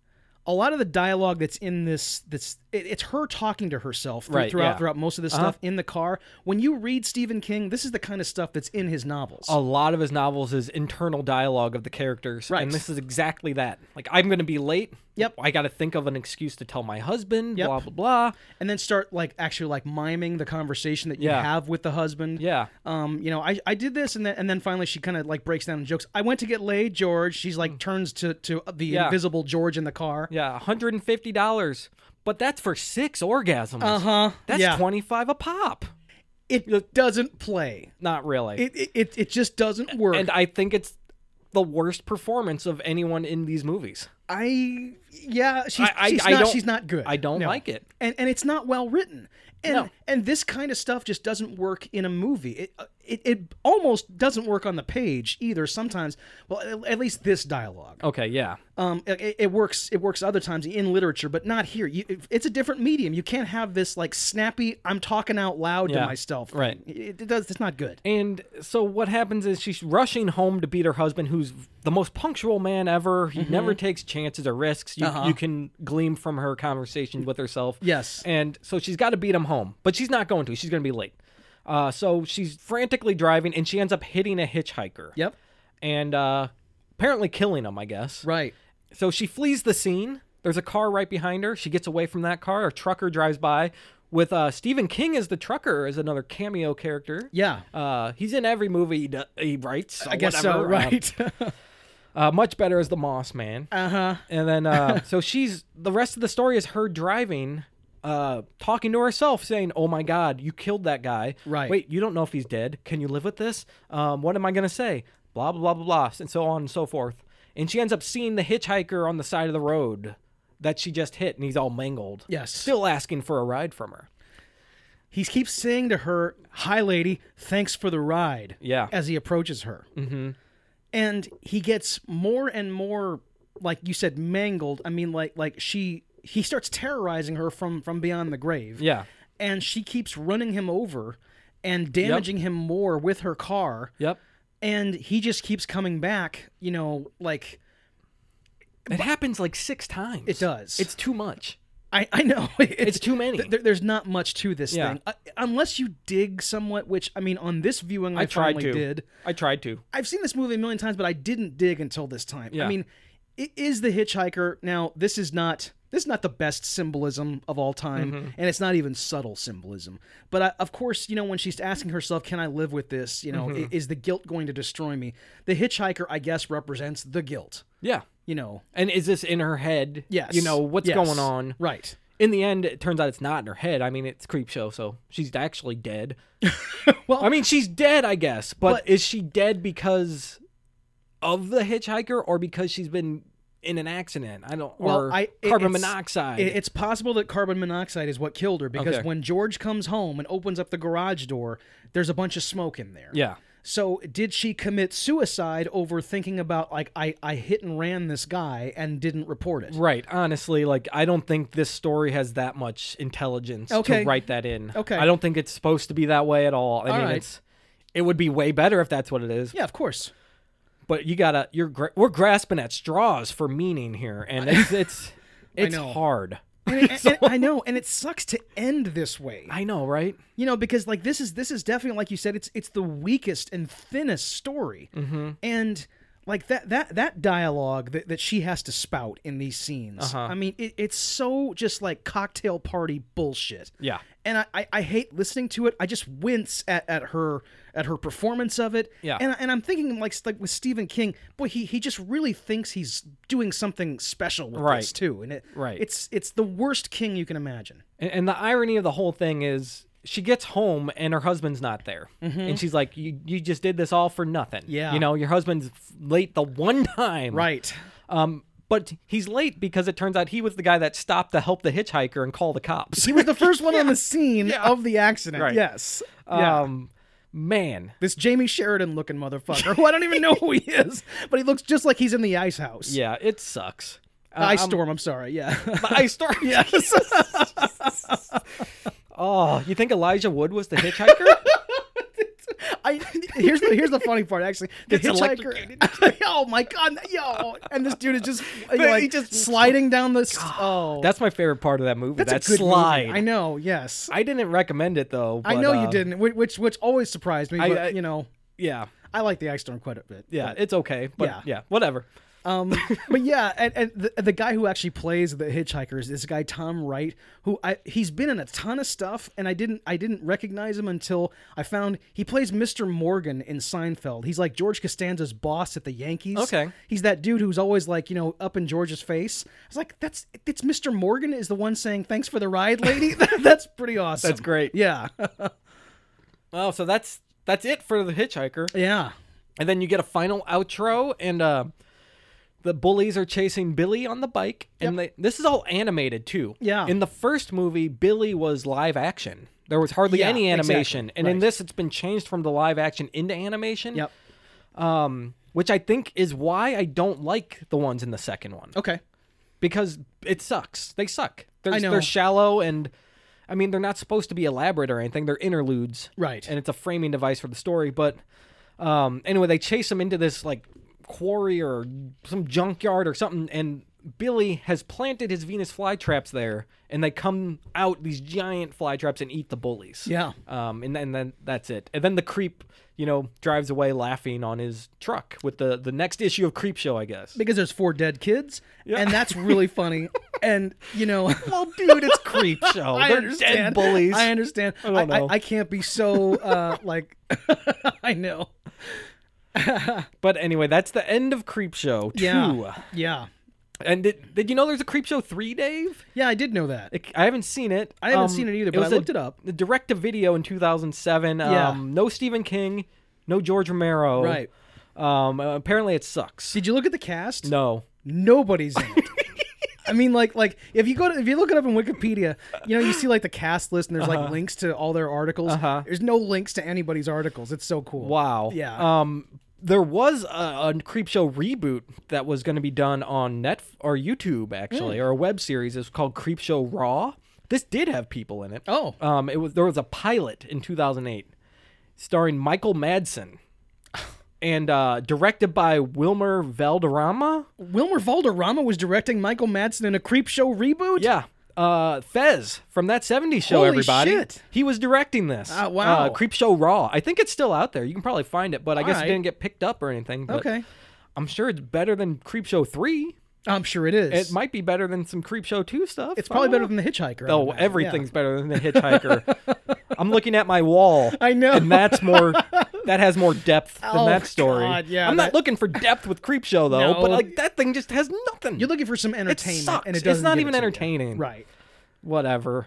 S2: a lot of the dialogue that's in this this it, it's her talking to herself thr-
S1: Right,
S2: throughout
S1: yeah. Uh-huh.
S2: throughout most of this stuff in the car. When you read Stephen King, this is the kind of stuff that's in his novels.
S1: a lot of his novels is internal dialogue of the characters
S2: Right.
S1: and this is exactly that like i'm gonna be late
S2: Yep.
S1: i gotta think of an excuse to tell my husband
S2: Yep.
S1: blah blah blah
S2: and then start like actually like miming the conversation that you
S1: Yeah.
S2: have with the husband.
S1: yeah
S2: Um, you know, I, I did this and then and then finally she kind of like breaks down and jokes. I went to get laid, George. She's like turns to to uh, the
S1: Mm. Yeah.
S2: invisible George in the car.
S1: yeah $150 but that's for six orgasms
S2: Uh-huh.
S1: that's
S2: yeah.
S1: 25 a pop
S2: It doesn't play.
S1: not really
S2: It it- it, it just doesn't work.
S1: and i think it's the worst performance of anyone in these movies
S2: I yeah, she's
S1: I- I-
S2: she's,
S1: I
S2: not,
S1: don't-
S2: she's not good.
S1: i don't
S2: No.
S1: like it
S2: and and it's not well written. And
S1: No.
S2: and this kind of stuff just doesn't work in a movie. It, uh, it it almost doesn't work on the page either. Sometimes, well, at- at least this dialogue.
S1: okay yeah
S2: um, it, it works. It works other times in literature, but not here. You, it- it's a different medium. You can't have this like snappy. I'm talking out loud to
S1: Yeah,
S2: myself. thing.
S1: right.
S2: It, it does. It's not good.
S1: And so what happens is she's rushing home to beat her husband, who's the most punctual man ever. He
S2: Mm-hmm.
S1: never takes chances or risks. You, you can glean from her conversation with herself.
S2: Uh-huh. Yes.
S1: And so she's got to beat him home, but she's not going to. She's going to be late. Uh, so she's frantically driving, and she ends up hitting a hitchhiker.
S2: Yep.
S1: And uh, apparently killing him, I guess.
S2: Right.
S1: So she flees the scene. There's a car right behind her. She gets away from that car. A trucker drives by. With uh, Stephen King as the trucker is another cameo character.
S2: Yeah.
S1: Uh, he's in every movie he, do- he writes.
S2: I guess
S1: Um,
S2: so. Right.
S1: Uh, much better as the Moss Man.
S2: uh huh.
S1: And then, uh, so she's the rest of the story is her driving, uh, talking to herself, saying, "Oh my God, you killed that guy.
S2: Right.
S1: Wait, you don't know if he's dead. Can you live with this? Um, what am I gonna say? Blah blah blah blah blah, and so on and so forth. And she ends up seeing the hitchhiker on the side of the road that she just hit, and he's all mangled.
S2: Yes.
S1: Still asking for a ride from her.
S2: He keeps saying to her, "Hi, lady. Thanks for the ride."
S1: Yeah.
S2: As he approaches her. Mm-hmm. And he gets more and more, like you said, mangled. I mean, like like she he starts terrorizing her from from beyond the grave.
S1: Yeah.
S2: and she keeps running him over and damaging him more with her car
S1: Yep.
S2: and he just keeps coming back you know like
S1: It happens like six times.
S2: it does
S1: It's too much.
S2: i, I know it's,
S1: It's too many.
S2: th- there, there's not much to this
S1: Yeah.
S2: thing uh, unless you dig somewhat which i mean on this viewing i,
S1: I tried
S2: finally
S1: to.
S2: did
S1: I tried to.
S2: i've seen this movie a million times but i didn't dig until this time i
S1: Yeah.
S2: mean it is the hitchhiker. Now, this is not this is not the best symbolism of all time,
S1: Mm-hmm.
S2: and it's not even subtle symbolism. But I, of course, you know when she's asking herself, "Can I live with this?" You know,
S1: Mm-hmm.
S2: i- is the guilt going to destroy me? The hitchhiker, I guess, represents the guilt.
S1: Yeah.
S2: You know,
S1: And is this in her head?
S2: yes,
S1: You know what's
S2: Yes.
S1: going on.
S2: right?
S1: In the end, it turns out it's not in her head. I mean, it's creep show, so she's actually dead.
S2: Well-
S1: I mean, she's dead, I guess. But,
S2: But-
S1: is she dead because of the hitchhiker or because she's been in an accident? I don't.
S2: Well,
S1: or
S2: I- it-
S1: carbon
S2: it's-
S1: monoxide.
S2: It- It's possible that carbon monoxide is what killed her because
S1: Okay.
S2: when George comes home and opens up the garage door, there's a bunch of smoke in there.
S1: yeah.
S2: So did she commit suicide over thinking about like I I hit and ran this guy and didn't report it?
S1: Right. Honestly, like I don't think this story has that much intelligence
S2: Okay.
S1: to write that in.
S2: Okay.
S1: I don't think it's supposed to be that way at all. I mean,
S2: right.
S1: it's it would be way better if that's what it is.
S2: Yeah, of course.
S1: But you gotta you're gra- we're grasping at straws for meaning here, and it's it's it's
S2: know.
S1: hard.
S2: And, and- and I know, and it sucks to end this way.
S1: I know, right?
S2: You know, because like this is this is definitely like you said, it's it's the weakest and thinnest story. Mm-hmm. And like that that that dialogue that, that she has to spout in these scenes.
S1: Uh-huh.
S2: I mean, it, it's so just like cocktail party bullshit.
S1: Yeah.
S2: And I, I, I hate listening to it. I just wince at, at her at her performance of it.
S1: Yeah.
S2: And and I'm thinking like like with Stephen King, boy, he he just really thinks he's doing something special with
S1: Right.
S2: this too. And it
S1: Right.
S2: it's it's the worst king you can imagine.
S1: And, and the irony of the whole thing is she gets home and her husband's not there, and she's like, "You you just did this all for nothing."
S2: Mm-hmm. Yeah.
S1: You know, your husband's f- late the one time.
S2: Right.
S1: Um, but he's late because it turns out he was the guy that stopped to help the hitchhiker and call the cops.
S2: He was the first one on the scene of the accident.
S1: Right.
S2: Yes. yeah.
S1: Um, man.
S2: This Jamie Sheridan looking motherfucker, who I don't even know who he is, but he looks just like he's in the ice house.
S1: Yeah, it sucks. Uh, um,
S2: The ice storm, I'm sorry. Yeah.
S1: The ice storm.
S2: yes.
S1: Oh, you think Elijah Wood was the hitchhiker?
S2: I, here's the here's the funny part actually. The
S1: Gets
S2: hitchhiker. oh my god, yo! And this dude is just like
S1: just-
S2: sliding down this. Oh,
S1: That's my favorite part of that movie.
S2: that's
S1: that
S2: a good movie.
S1: slide.
S2: I know. Yes,
S1: I didn't recommend it though.
S2: I
S1: but,
S2: know
S1: uh,
S2: you didn't, whi- which which always surprised me. But
S1: I-
S2: you know,
S1: Yeah,
S2: I like the ice storm quite a bit.
S1: yeah, it's okay. But
S2: Yeah.
S1: yeah, whatever.
S2: Um, but yeah, and, and the, the guy who actually plays the hitchhiker is this guy Tom Wright, who I he's been in a ton of stuff, and I didn't I didn't recognize him until I found he plays Mr. Morgan in Seinfeld. He's like George Costanza's boss at the Yankees.
S1: Okay.
S2: he's that dude who's always like you know up in George's face. I was like, that's it's Mr. Morgan is the one saying thanks for the ride, lady. that's pretty awesome.
S1: That's great.
S2: Yeah,
S1: Oh, so that's that's it for the hitchhiker,
S2: yeah.
S1: and then you get a final outro, and uh, the bullies are chasing Billy on the bike, and they, this is all animated too.
S2: Yeah.
S1: In the first movie, Billy was live action. There was hardly
S2: Yeah,
S1: any
S2: exactly.
S1: animation, and in
S2: Right.
S1: this, it's been changed from the live action into animation.
S2: Yep.
S1: Um, which I think is why I don't like the ones in the second one.
S2: Okay.
S1: because it sucks. They suck. They're,
S2: I know.
S1: they're shallow and I mean they're not supposed to be elaborate or anything. They're interludes.
S2: Right.
S1: And it's a framing device for the story, but um anyway, they chase him into this like quarry or some junkyard or something and Billy has planted his Venus flytraps there and they come out these giant flytraps and eat the bullies.
S2: Yeah.
S1: Um, and, then- and then that's it. And then the creep, you know, drives away laughing on his truck with the, the next issue of Creep Show, I guess.
S2: Because there's four dead kids, and that's really funny. And you know,
S1: Well, dude, it's creep show.
S2: I
S1: They're
S2: understand.
S1: dead bullies.
S2: I understand. I,
S1: don't
S2: I,
S1: know.
S2: I can't be so uh, like. I know.
S1: But anyway, that's the end of creep show two.
S2: Yeah. Yeah.
S1: And did, did you know there's a creep show three, Dave?
S2: Yeah, I did know that.
S1: It- I haven't seen it.
S2: I haven't seen it either, but I
S1: was
S2: looked it up.
S1: The direct to video in 2007.
S2: Yeah.
S1: Um, no Stephen King, no George Romero.
S2: Right.
S1: Um, uh, apparently it sucks.
S2: Did you look at the cast?
S1: no.
S2: Nobody's in it. I mean, like, like if you go to if you look it up in Wikipedia, you know, you see like the cast list, and there's like links to all their articles.
S1: Uh-huh.
S2: There's no links to anybody's articles. It's so cool.
S1: Wow.
S2: Yeah.
S1: Um, there was a, a creep show reboot that was going to be done on net or YouTube actually,
S2: Mm.
S1: or a web series. It's called Creep Show Raw. This did have people in it.
S2: Oh.
S1: Um, it was there was a pilot in 2008, starring Michael Madsen, and uh, directed by Wilmer Valderrama.
S2: Wilmer Valderrama was directing Michael Madsen in a Creep Show reboot.
S1: Yeah. Uh, Fez from that 70s show,
S2: Holy
S1: everybody.
S2: shit.
S1: He was directing this.
S2: Ah, wow.
S1: Uh, Creep Show Raw. I think it's still out there. You can probably find it, but I guess
S2: right.
S1: it didn't get picked up or anything. But
S2: Okay.
S1: I'm sure it's better than Creep Show 3.
S2: I'm sure it is.
S1: It might be better than some Creep Show 2 stuff.
S2: it's
S1: I
S2: probably
S1: don't
S2: better
S1: know.
S2: than the Hitchhiker. I
S1: Oh,
S2: would imagine.
S1: everything's better than the Hitchhiker. I'm looking at my wall.
S2: I know.
S1: and that's more. That has more depth than
S2: Oh,
S1: that story.
S2: God, yeah,
S1: I'm
S2: that-
S1: not looking for depth with Creepshow though,
S2: No.
S1: but like that thing just has nothing.
S2: You're looking for some
S1: it
S2: entertainment,
S1: sucks.
S2: and it
S1: it's
S2: doesn't.
S1: not
S2: give
S1: even
S2: it to you.
S1: entertaining.
S2: Right.
S1: Whatever.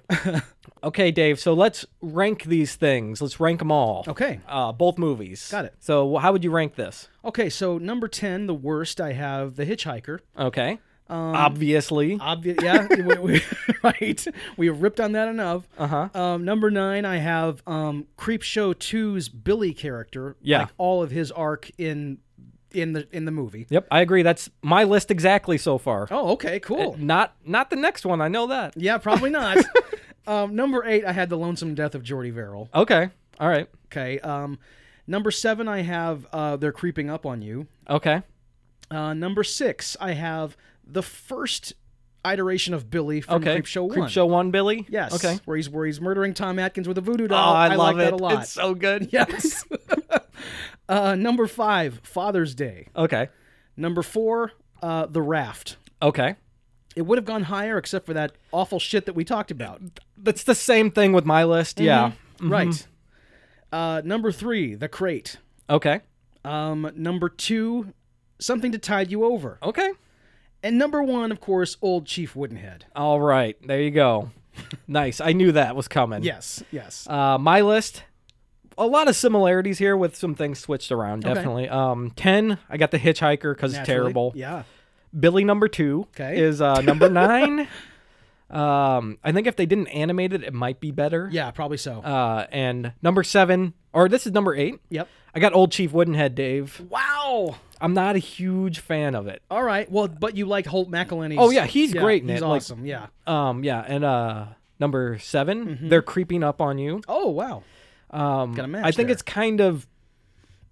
S1: okay, Dave. So let's rank these things. Let's rank them all.
S2: Okay.
S1: Uh, both movies.
S2: Got it.
S1: So wh- how would you rank this?
S2: Okay. So number ten, the worst. I have the Hitchhiker.
S1: Okay.
S2: Um,
S1: Obviously.
S2: Obvious. Yeah. we, we, right. We have ripped on that enough. Uh
S1: Uh-huh.
S2: huh. Um, number nine, I have um, Creep Show 2's Billy character.
S1: Yeah.
S2: Like all of his arc in in the in the movie.
S1: Yep, I agree. That's my list exactly so far.
S2: Oh, okay, cool.
S1: Not not the next one. I know that.
S2: yeah, probably not. um, number eight, I had the lonesome death of Jordy Verrill.
S1: Okay. All right.
S2: Okay. Um, number seven, I have uh, they're creeping up on you.
S1: Okay.
S2: Uh, number six, I have the first iteration of Billy from
S1: Okay.
S2: Creep Show One.
S1: Creepshow one, Billy.
S2: Yes.
S1: Okay.
S2: Where he's where he's murdering Tom Atkins with a voodoo
S1: Oh,
S2: doll.
S1: I, love
S2: like that
S1: it.
S2: a lot.
S1: It's so good.
S2: Yes. uh, number five, Father's Day.
S1: Okay.
S2: Number four, uh, The Raft.
S1: Okay.
S2: It would have gone higher except for that awful shit that we talked about.
S1: That's the same thing with my list.
S2: Mm-hmm.
S1: Yeah.
S2: Right. Uh, number three, The Crate.
S1: Okay.
S2: Um, number two, Something to Tide You Over.
S1: Okay.
S2: And number one, of course, Old Chief Woodenhead.
S1: All right. There you go. nice. I knew that was coming.
S2: Yes, yes.
S1: Uh, my list. A lot of similarities here with some things switched around. Definitely. Um, ten. I got the Hitchhiker because it's
S2: Naturally.
S1: terrible.
S2: Yeah.
S1: Billy number two
S2: Okay.
S1: is uh, number nine. Um, I think if they didn't animate it, it might be better.
S2: Yeah, probably so.
S1: Uh, and number seven, or this is number eight.
S2: yep.
S1: I got Old Chief Woodenhead, Dave.
S2: Wow.
S1: I'm not a huge fan of it.
S2: All right. Well, but you like Holt McElhenney.
S1: Oh, yeah, he's great in
S2: He's
S1: it, like-
S2: awesome. yeah.
S1: Um, yeah, and uh, number 7
S2: Mm-hmm.
S1: they they're creeping up on you.
S2: Oh wow.
S1: Um,
S2: Got a match
S1: I think
S2: there.
S1: it's kind of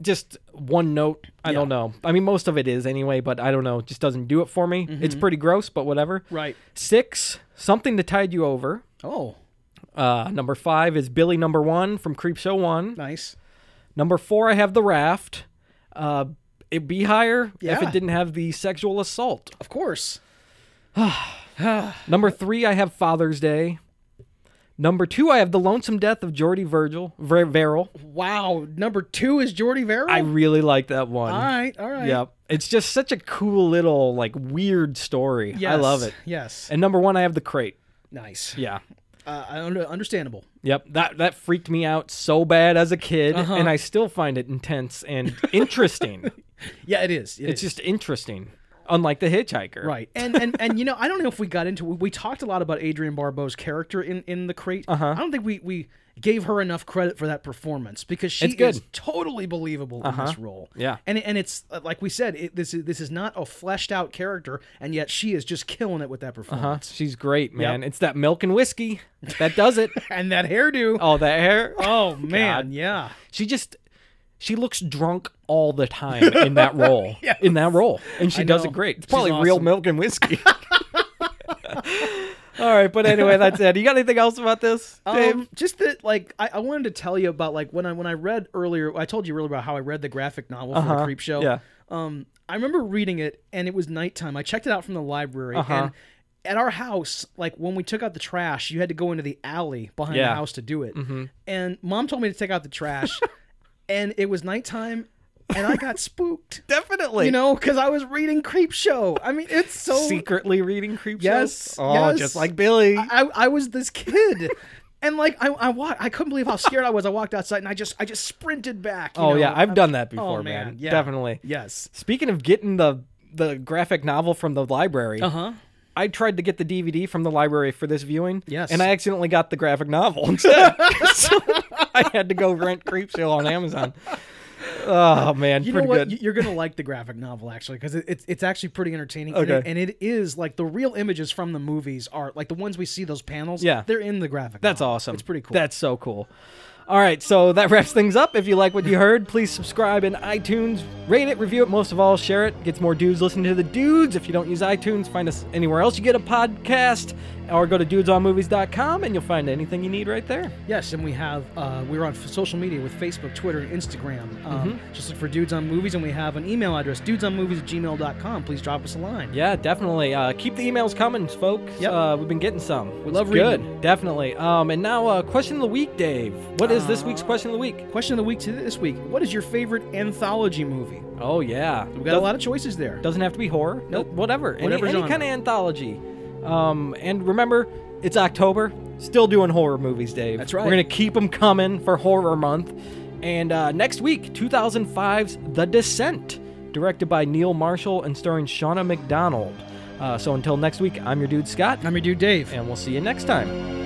S1: just one note. I don't know. I mean, most of it is anyway, but I don't know. It just doesn't do it for me. It's pretty gross, but whatever.
S2: Mm-hmm. Right.
S1: Six, something to tide you over.
S2: Oh,
S1: Uh, number five is Billy number one from Creep Show One.
S2: nice.
S1: Number four, I have the raft. Uh, it'd be higher if
S2: Yeah.
S1: it didn't have the sexual assault.
S2: Of course.
S1: Number three, I have Father's Day. Number two, I have the lonesome death of Jordy Virgil Ver- Verrill.
S2: Wow. Number two is Jordy Verrill.
S1: I really like that one.
S2: all right. All right.
S1: Yep, it's just such a cool little like weird story. I
S2: Yes,
S1: love it.
S2: Yes.
S1: And number one, I have the crate.
S2: nice.
S1: Yeah.
S2: Uh, I under- understandable.
S1: Yep, that that freaked me out so bad as a kid,
S2: Uh-huh.
S1: and I still find it intense and interesting.
S2: Yeah, it is. It
S1: it's
S2: is.
S1: just interesting, unlike the Hitchhiker.
S2: right. And and and you know, I don't know if we got into. We, we talked a lot about Adrian Barbeau's character in in the crate. Uh-huh. I don't think we we gave her enough credit for that performance because she
S1: It's good. Uh-huh.
S2: is totally believable in this role.
S1: Yeah.
S2: And and it's uh, like we said, it, this is this is not a fleshed out character, and yet she is just killing it with that
S1: Huh?
S2: performance.
S1: She's great, man. It's that milk and whiskey that does it.
S2: And that hairdo.
S1: All that hair.
S2: Oh man, yeah.
S1: She just she looks drunk all the time in that role. In that role. And she does
S2: know.
S1: it great. It's
S2: She's
S1: probably real
S2: awesome.
S1: milk and whiskey. all right, but anyway, that's it. You got anything else about this? Dave?
S2: Um, just that, like, I, I wanted to tell you about like when I when I read earlier, I told you earlier about how I read the graphic novel for the Creep Show.
S1: Uh-huh. Yeah.
S2: Um, I remember reading it, and it was nighttime. I checked it out from the library,
S1: Uh-huh.
S2: and at our house, like when we took out the trash, you had to go into the alley behind the
S1: Yeah. Mm-hmm.
S2: house to do it. And mom told me to take out the trash, and it was nighttime, and I got spooked.
S1: Definitely.
S2: You know, because I was reading Creep Show. I mean, it's so
S1: secretly reading creep shows?
S2: Yes,
S1: Oh,
S2: yes.
S1: just like Billy.
S2: I, I was this kid. And like I, I walked, I couldn't believe how scared I was. I walked outside and I just, I just sprinted back. you
S1: oh
S2: know?
S1: yeah, I've done that
S2: oh
S1: before,
S2: man,
S1: man.
S2: yeah.
S1: Definitely.
S2: yes.
S1: Speaking of getting the the graphic novel from the library,
S2: huh.
S1: I tried to get the DVD from the library for this viewing.
S2: Yes.
S1: And I accidentally got the graphic novel instead. so I had to go rent Creepshow on Amazon. Oh man,
S2: You
S1: pretty
S2: know what?
S1: good.
S2: You- You're gonna like the graphic novel actually because it, it's it's actually pretty entertaining. And,
S1: Okay.
S2: it, and it is like the real images from the movies are like the ones we see those panels.
S1: Yeah.
S2: they're in the graphic.
S1: That's
S2: novel.
S1: awesome.
S2: It's pretty cool.
S1: That's so cool. All right, so that wraps things up. If you like what you heard, please subscribe in iTunes, rate it, review it, most of all, share it. Gets more dudes listening to the dudes. If you don't use iTunes, find us anywhere else you get a podcast. or go to dudesonmovies.com and you'll find anything you need right there.
S2: Yes, and we have uh, we're on f- social media with Facebook, Twitter, and Instagram. Um,
S1: Mm-hmm.
S2: Just look for Dudes on Movies, and we have an email address, dudesonmovies at gmail.com. Please drop us a line.
S1: Yeah, definitely. Uh, keep the emails coming, folks.
S2: Yep.
S1: Uh, we've been getting some. We
S2: love
S1: good.
S2: reading
S1: Definitely. Um, and now, uh, question of the week, Dave. What is this week's question of the week?
S2: Question of the week to this week: What is your favorite anthology movie?
S1: Oh yeah,
S2: We got a lot of choices there.
S1: Doesn't have to be horror.
S2: Nope.
S1: Whatever. Any-
S2: Whatever
S1: any,
S2: genre.
S1: kind of anthology. Um, and remember, it's October. Still doing horror movies, Dave.
S2: That's right.
S1: We're gonna keep them coming for Horror Month. And uh, next week, 2005's The Descent, directed by Neil Marshall and starring Shauna McDonald. Uh, so until next week, I'm your dude Scott,
S2: I'm your dude, Dave.
S1: and we'll see you next time.